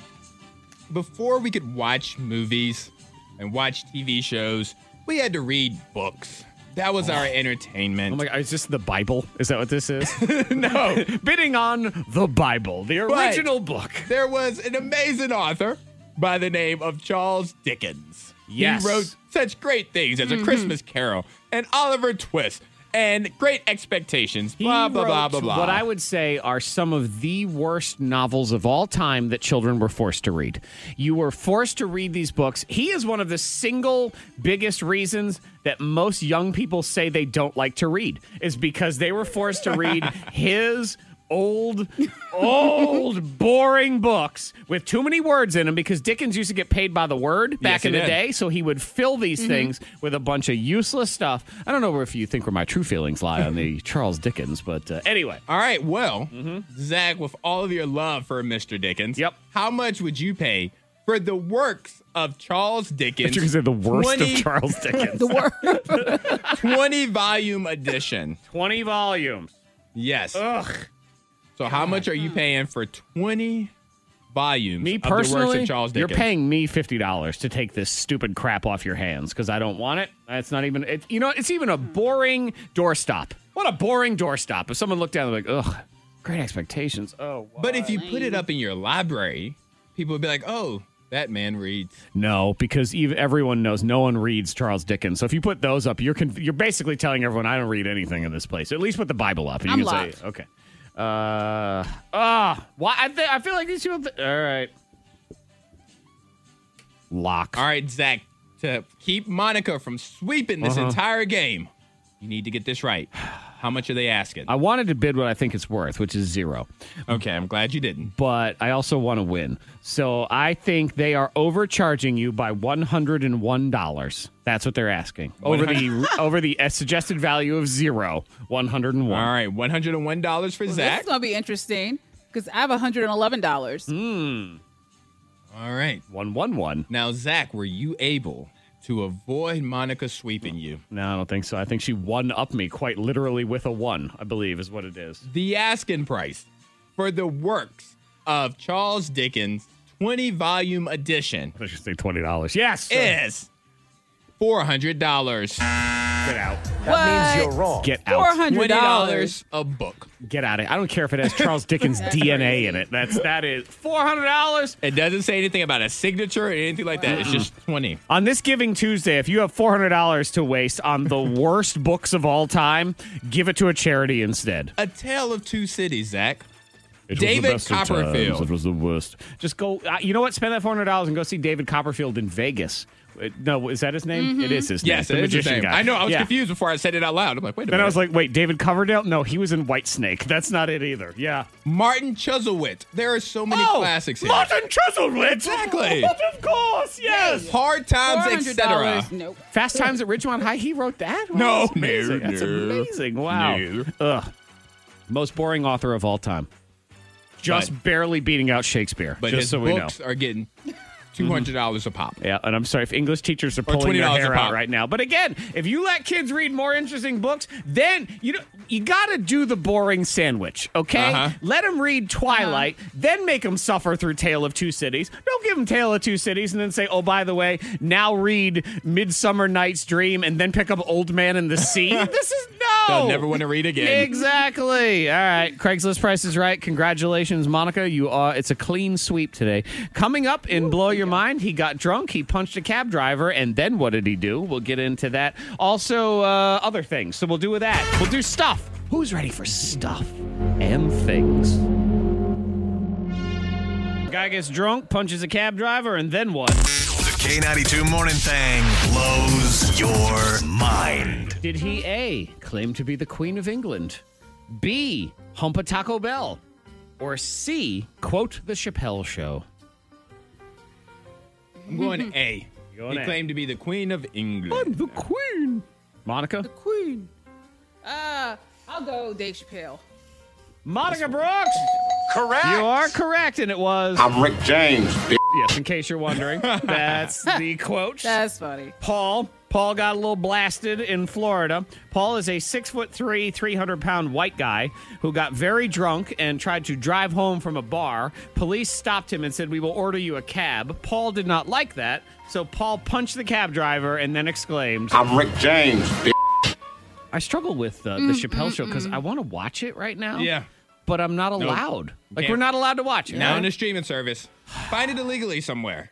C: Before we could watch movies and watch TV shows, we had to read books. That was our entertainment.
A: Oh my God, is this the Bible? Is that what this is?
C: no.
A: Bidding on the Bible, the
C: But
A: original book.
C: There was an amazing author by the name of Charles Dickens.
A: Yes. Mm-hmm.
C: He wrote such great things as A Christmas Carol and Oliver Twist and Great Expectations. blah, blah, blah,
A: wrote
C: blah, blah.
A: What I would say are some of the worst novels of all time that children were forced to read. You were forced to read these books. He is one of the single biggest reasons that most young people say they don't like to read is because they were forced to read his old old boring books with too many words in them because Dickens used to get paid by the word back
C: Yes, he
A: in the
C: did. Mm-hmm.
A: day okay? So he would fill these things with a bunch of useless stuff. I don't know if you think where my true feelings lie on the Charles Dickens, but uh, anyway.
C: All right, well,
A: Mm-hmm.
C: Zach, with all of your love for Mr. Dickens, yep. how much would you pay for the works of Charles Dickens?
A: You can say the worst
C: 20
A: of Charles Dickens.
C: 20 volume edition.
A: 20 volumes.
C: Yes.
A: Ugh.
C: So, how much are you paying for 20 volumes
A: Me
C: of the works
A: personally,
C: of Charles
A: you're
C: Dickens?
A: paying me fifty dollars to take this stupid crap off your hands because I don't want it. It's not even. It, you know, it's even a boring doorstop. What a boring doorstop! If someone looked down, they're like, "Ugh, great expectations." Oh,
C: But if you put it up in your library, people would be like, oh, that man reads.
A: No, because ev everyone knows no one reads Charles Dickens. So if you put those up, you're conf- you're basically telling everyone I don't read anything in this place. At least put the Bible up. and
D: I'm
A: you can say, okay. Uh ah, why I th- I feel like these people. Th- All right, lock.
C: All right, Zach, to keep Monica from sweeping this
A: Uh-huh.
C: entire game, you need to get this right. How much are they asking?
A: I wanted to bid what I think it's worth, which is zero,
C: Okay, I'm glad you didn't.
A: but I also want to win. So I think they are overcharging you by one hundred and one dollars. That's what they're asking over the over the uh, suggested value of zero. One hundred and one.
C: All right, one hundred and one dollars for
D: This
C: Zach.
D: is gonna be interesting because I have one hundred and eleven dollars.
C: All right,
A: One one one.
C: now Zach, were you able to avoid Monica sweeping you?
A: No, I don't think so. I think she one up me quite literally with a one, I believe is what it is.
C: The asking price for the works of Charles Dickens twenty volume edition
A: I should say twenty dollars. Yes.
C: is four hundred dollars,
A: Get out.
D: That means you're wrong.
A: Get
D: Four
A: out.
D: hundred
C: twenty
D: dollars.
C: dollars a book.
A: Get out of it. I don't care if it has Charles Dickens DNA in it. That's that is four hundred dollars.
C: It doesn't say anything about a signature or anything like that. It's just twenty.
A: On this Giving Tuesday, if you have four hundred dollars to waste on the worst books of all time, give it to a charity instead.
C: A Tale of Two Cities, Zach. David Copperfield.
A: was the worst. Just go. Uh, you know what? Spend that four hundred dollars and go see David Copperfield in Vegas. Uh, No, is that his name? It is his
C: Mm-hmm. Yes,
A: name.
C: it is the same.
A: guy.
C: I know. I was
A: Yeah.
C: confused before I said it out loud. I'm like, wait a
A: Then
C: minute.
A: I was like, wait, David Coverdale? No, he was in White Snake. That's not it either. Yeah.
C: Martin Chuzzlewit. There are so many classics here.
A: Martin Chuzzlewit!
C: Exactly.
A: of course, yes!
C: Hard
D: Four
C: times,
D: hundred
C: etc.
D: dollars. Nope.
A: Fast Times at Ridgemont High, he wrote that? Wow,
C: No,
A: that's amazing.
C: no,
A: That's
C: no,
A: amazing. Wow.
C: no.
A: Ugh. Most boring author of all time. Just
C: But-
A: barely beating out Shakespeare,
C: But
A: just
C: his
A: so we know.
C: books are getting two hundred dollars a pop.
A: Yeah, and I'm sorry if English teachers are
C: Or
A: pulling their
C: $20 a
A: hair out
C: pop.
A: right now. But again, if you let kids read more interesting books, then you know you got to do the boring sandwich. Okay,
C: Uh-huh.
A: let them read Twilight, then make them suffer through Tale of Two Cities. Don't give them Tale of Two Cities and then say, oh, by the way, now read Midsummer Night's Dream and then pick up Old Man and the Sea. this is no.
C: They'll never want to read again.
A: Exactly. All right. Craigslist price is right. Congratulations, Monica. You are it's a clean sweep today. Coming up in Blow Your Mind, he got drunk, he punched a cab driver, and then what did he do? We'll get into that. Also, uh, other things. So we'll do with that. We'll do stuff. Who's ready for stuff and things? Guy gets drunk, punches a cab driver, and then what?
N: The K92 Morning Thing blows your mind.
A: Did he A, claim to be the Queen of England? B, hump a Taco Bell? Or C, quote the Chappelle show?
C: I'm going A.
A: going
C: he
A: A.
C: claimed to be the Queen of England. I'm
A: the Queen. Monica? The
D: Queen. Uh, I'll go Dave Chappelle.
A: Monica Brooks!
D: Correct.
A: You are correct, and it was.
O: I'm Rick James,
A: Yes, in case you're wondering, that's the quote.
D: That's funny.
A: Paul. Paul got a little blasted in Florida. Paul is a six foot three, 300 pound white guy who got very drunk and tried to drive home from a bar. Police stopped him and said, We will order you a cab. Paul did not like that, so Paul punched the cab driver and then exclaimed,
O: I'm Rick James, bitch.
A: I struggle with uh, the
O: Mm,
A: Chappelle
O: mm,
A: show because
O: mm.
A: I want to watch it right now.
C: Yeah.
A: But I'm not allowed. like, we're not allowed to watch it.
C: Now
A: right?
C: in a streaming service. Find it illegally somewhere.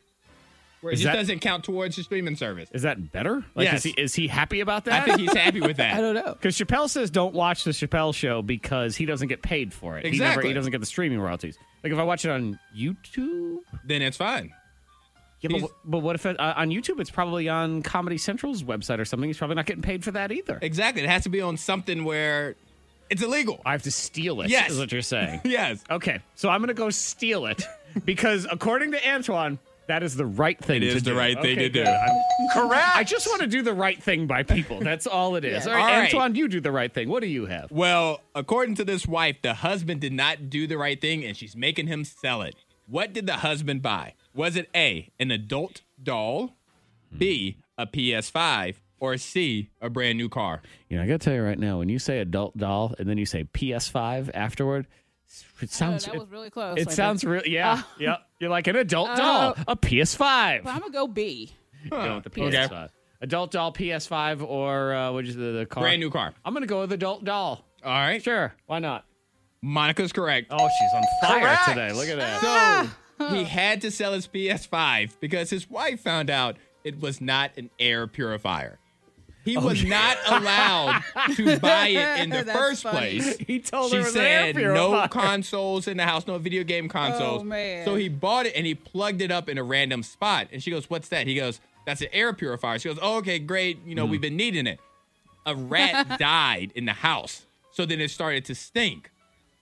C: Where it
A: Is
C: just
A: that-
C: doesn't count towards your streaming service.
A: Is that better? Like,
C: Yes.
A: is, he, is he happy about that?
C: I think he's happy with that. I don't
A: know. Because Chappelle says don't watch the Chappelle show because he doesn't get paid for it. He never-
C: Exactly.
A: he doesn't get the streaming royalties. Like, if I watch it on YouTube.
C: Then it's fine.
A: Yeah, but, wh- but what if it, uh, on YouTube it's probably on Comedy Central's website or something? He's probably not getting paid for that either.
C: Exactly. It has to be on something where it's illegal.
A: I have to steal it.
C: Yes.
A: Is what you're saying.
C: yes.
A: Okay. So I'm going to go steal it because according to Antoine, that is the right thing
C: It
A: to
C: is
A: do.
C: the right thing
A: Okay,
C: to do.
A: good. I'm- I just want to do the right thing by people. That's all it is.
C: Yeah.
A: All right,
C: All right.
A: Antoine, you do the right thing. What do you have?
C: Well, according to this wife, the husband did not do the right thing and she's making him sell it. What did the husband buy? Was it A, an adult doll, B, a PS5, or C, a brand new car?
A: You know, I got to tell you right now, when you say adult doll and then you say PS5 afterward, it sounds.
D: that was really close,
A: It
D: I
A: sounds
D: think.
A: real. Yeah.
D: Uh.
A: yeah. You're like an adult
D: Uh.
A: doll, a PS5.
D: But I'm gonna go B.
A: You know, with the PS5. Adult doll, PS5, or uh, what is the, the car?
C: Brand new car.
A: I'm going to go with adult doll.
C: All right.
A: Sure. Why not?
C: Monica's correct.
A: Oh, she's on fire today. Look at that.
D: Ah.
C: So he had to sell his PS5 because his wife found out it was not an air purifier. He was not allowed to buy it in the
A: Oh, That's
C: first
A: funny.
C: place.
A: He told
C: she
A: her it was an air
C: said no
A: purifier."
C: consoles in the house, no video game consoles.
D: Oh, man.
C: So he bought it and he plugged it up in a random spot. And she goes, "What's that?" He goes, "That's an air purifier." She goes, oh, "Okay, great. You
A: Hmm.
C: know, we've been needing it." A rat died in the house, so then it started to stink.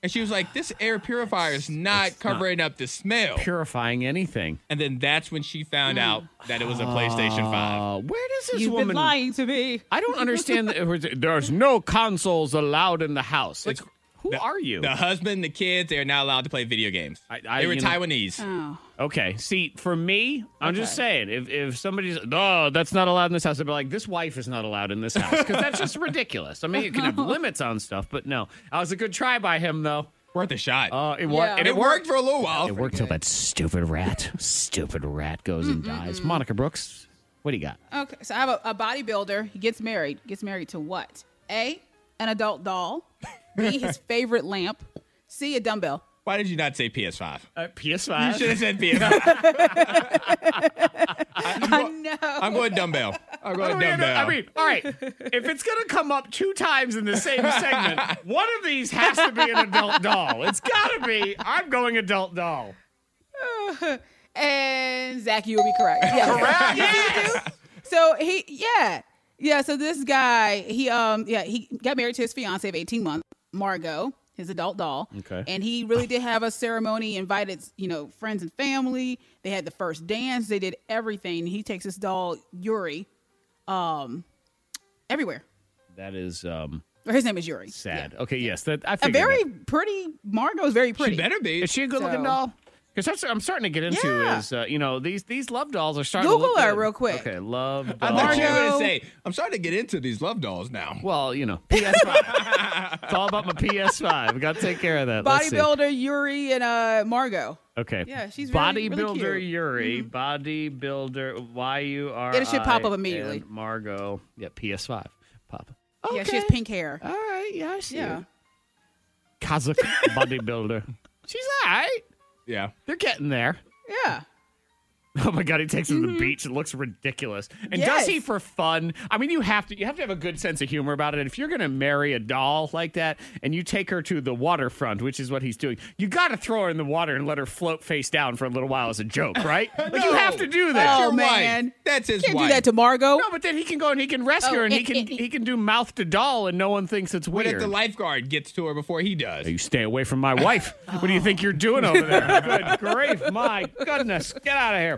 C: And she was like, "This air purifier is not covering up the smell."
A: Purifying anything.
C: And then that's when she found
D: Mm.
C: out that it was a PlayStation 5.
A: Uh, Where does this
D: You've
A: woman?
D: been lying to me.
A: I don't understand. that it was- There's no consoles allowed in the house. Like, who are you?
C: The husband, the kids, they are not allowed to play video games.
A: I-
C: they were
A: you know-
C: Taiwanese.
D: Oh.
A: Okay. See, for me, I'm just saying, if, if somebody's, oh, that's not allowed in this house, I'd be like, this wife is not allowed in this house because that's just ridiculous. I mean, it can have limits on stuff, but no. I was a good try by him, though.
C: Worth a shot.
A: Uh, it, wor-
C: Yeah.
A: and
C: It worked for a little while.
A: It worked till that stupid rat, stupid rat goes and dies. Monica Brooks, what do you got?
D: Okay, so I have a, a bodybuilder. He gets married. Gets married to what? A, an adult doll. B, his favorite lamp. C, a dumbbell.
C: Why did you not say PS5?
A: Uh, PS5.
C: You should have said PS5.
D: I know.
C: I'm going dumbbell. I'm going
A: What do we
C: dumbbell.
A: gotta- I mean, all right. If it's gonna come up two times in the same segment, one of these has to be an adult doll. It's gotta be. I'm going adult doll.
D: and Zach, you will be correct. Yeah.
A: Correct.
D: Yes, you do. So he, yeah, yeah. So this guy, he, um, yeah, he got married to his fiance of eighteen months, Margot, his adult doll.
A: Okay.
D: And he really did have a ceremony, invited, you know, friends and family. They had the first dance. They did everything. He takes his doll Yuri, um, everywhere.
A: That is um
D: Or his name is Yuri.
A: sad. Okay, yes, that I
D: A
A: figured.
D: very
A: that.
D: pretty Margot's very pretty.
C: better be.
A: Is she a good looking
D: So-
A: doll? Because that's what I'm starting to get into
D: Yeah.
A: is uh, you know these these love dolls are starting. to
D: Google
A: look
D: her
A: good.
D: real quick.
A: Okay, love dolls.
C: I thought you were
D: Margo.
C: gonna say I'm starting to get into these love dolls now.
A: Well, you know, PS5. it's all about my PS5. We got to take care of that. Let's see.
D: Bodybuilder Yuri and uh Margot.
A: Okay.
D: Yeah, she's really- really
A: bodybuilder
D: cute. Mm-hmm.
A: Yuri, bodybuilder Y U R.
D: It should pop up immediately.
A: and Margot, yeah, PS5, pop.
D: Yeah, she has pink hair. All
A: right. Yeah, Oh, I see
D: yeah.
A: it. Kazakh bodybuilder. She's all right.
C: Yeah,
A: they're getting there.
D: Yeah.
A: Oh my god, he takes him to the beach. It looks ridiculous. And
D: Mm-hmm. Yes.
A: does he for fun? I mean, you have to you have to have a good sense of humor about it. And if you're going to marry a doll like that and you take her to the waterfront, which is what he's doing, you got to throw her in the water and let her float face down for a little while as a joke, right? Like you have to do that.
D: Oh, man.
C: That's his
D: Can't
A: wife.
D: do that to Margot.
A: No, but then he can go and he can rescue
D: Oh,
A: her and
D: eh,
A: he can
D: eh, eh.
A: he can do mouth to doll and no one thinks it's
C: What
A: weird.
C: if the lifeguard gets to her before he does?
A: you stay away from my wife. What do you think you're doing over there? Good grief, my goodness. Get out of here.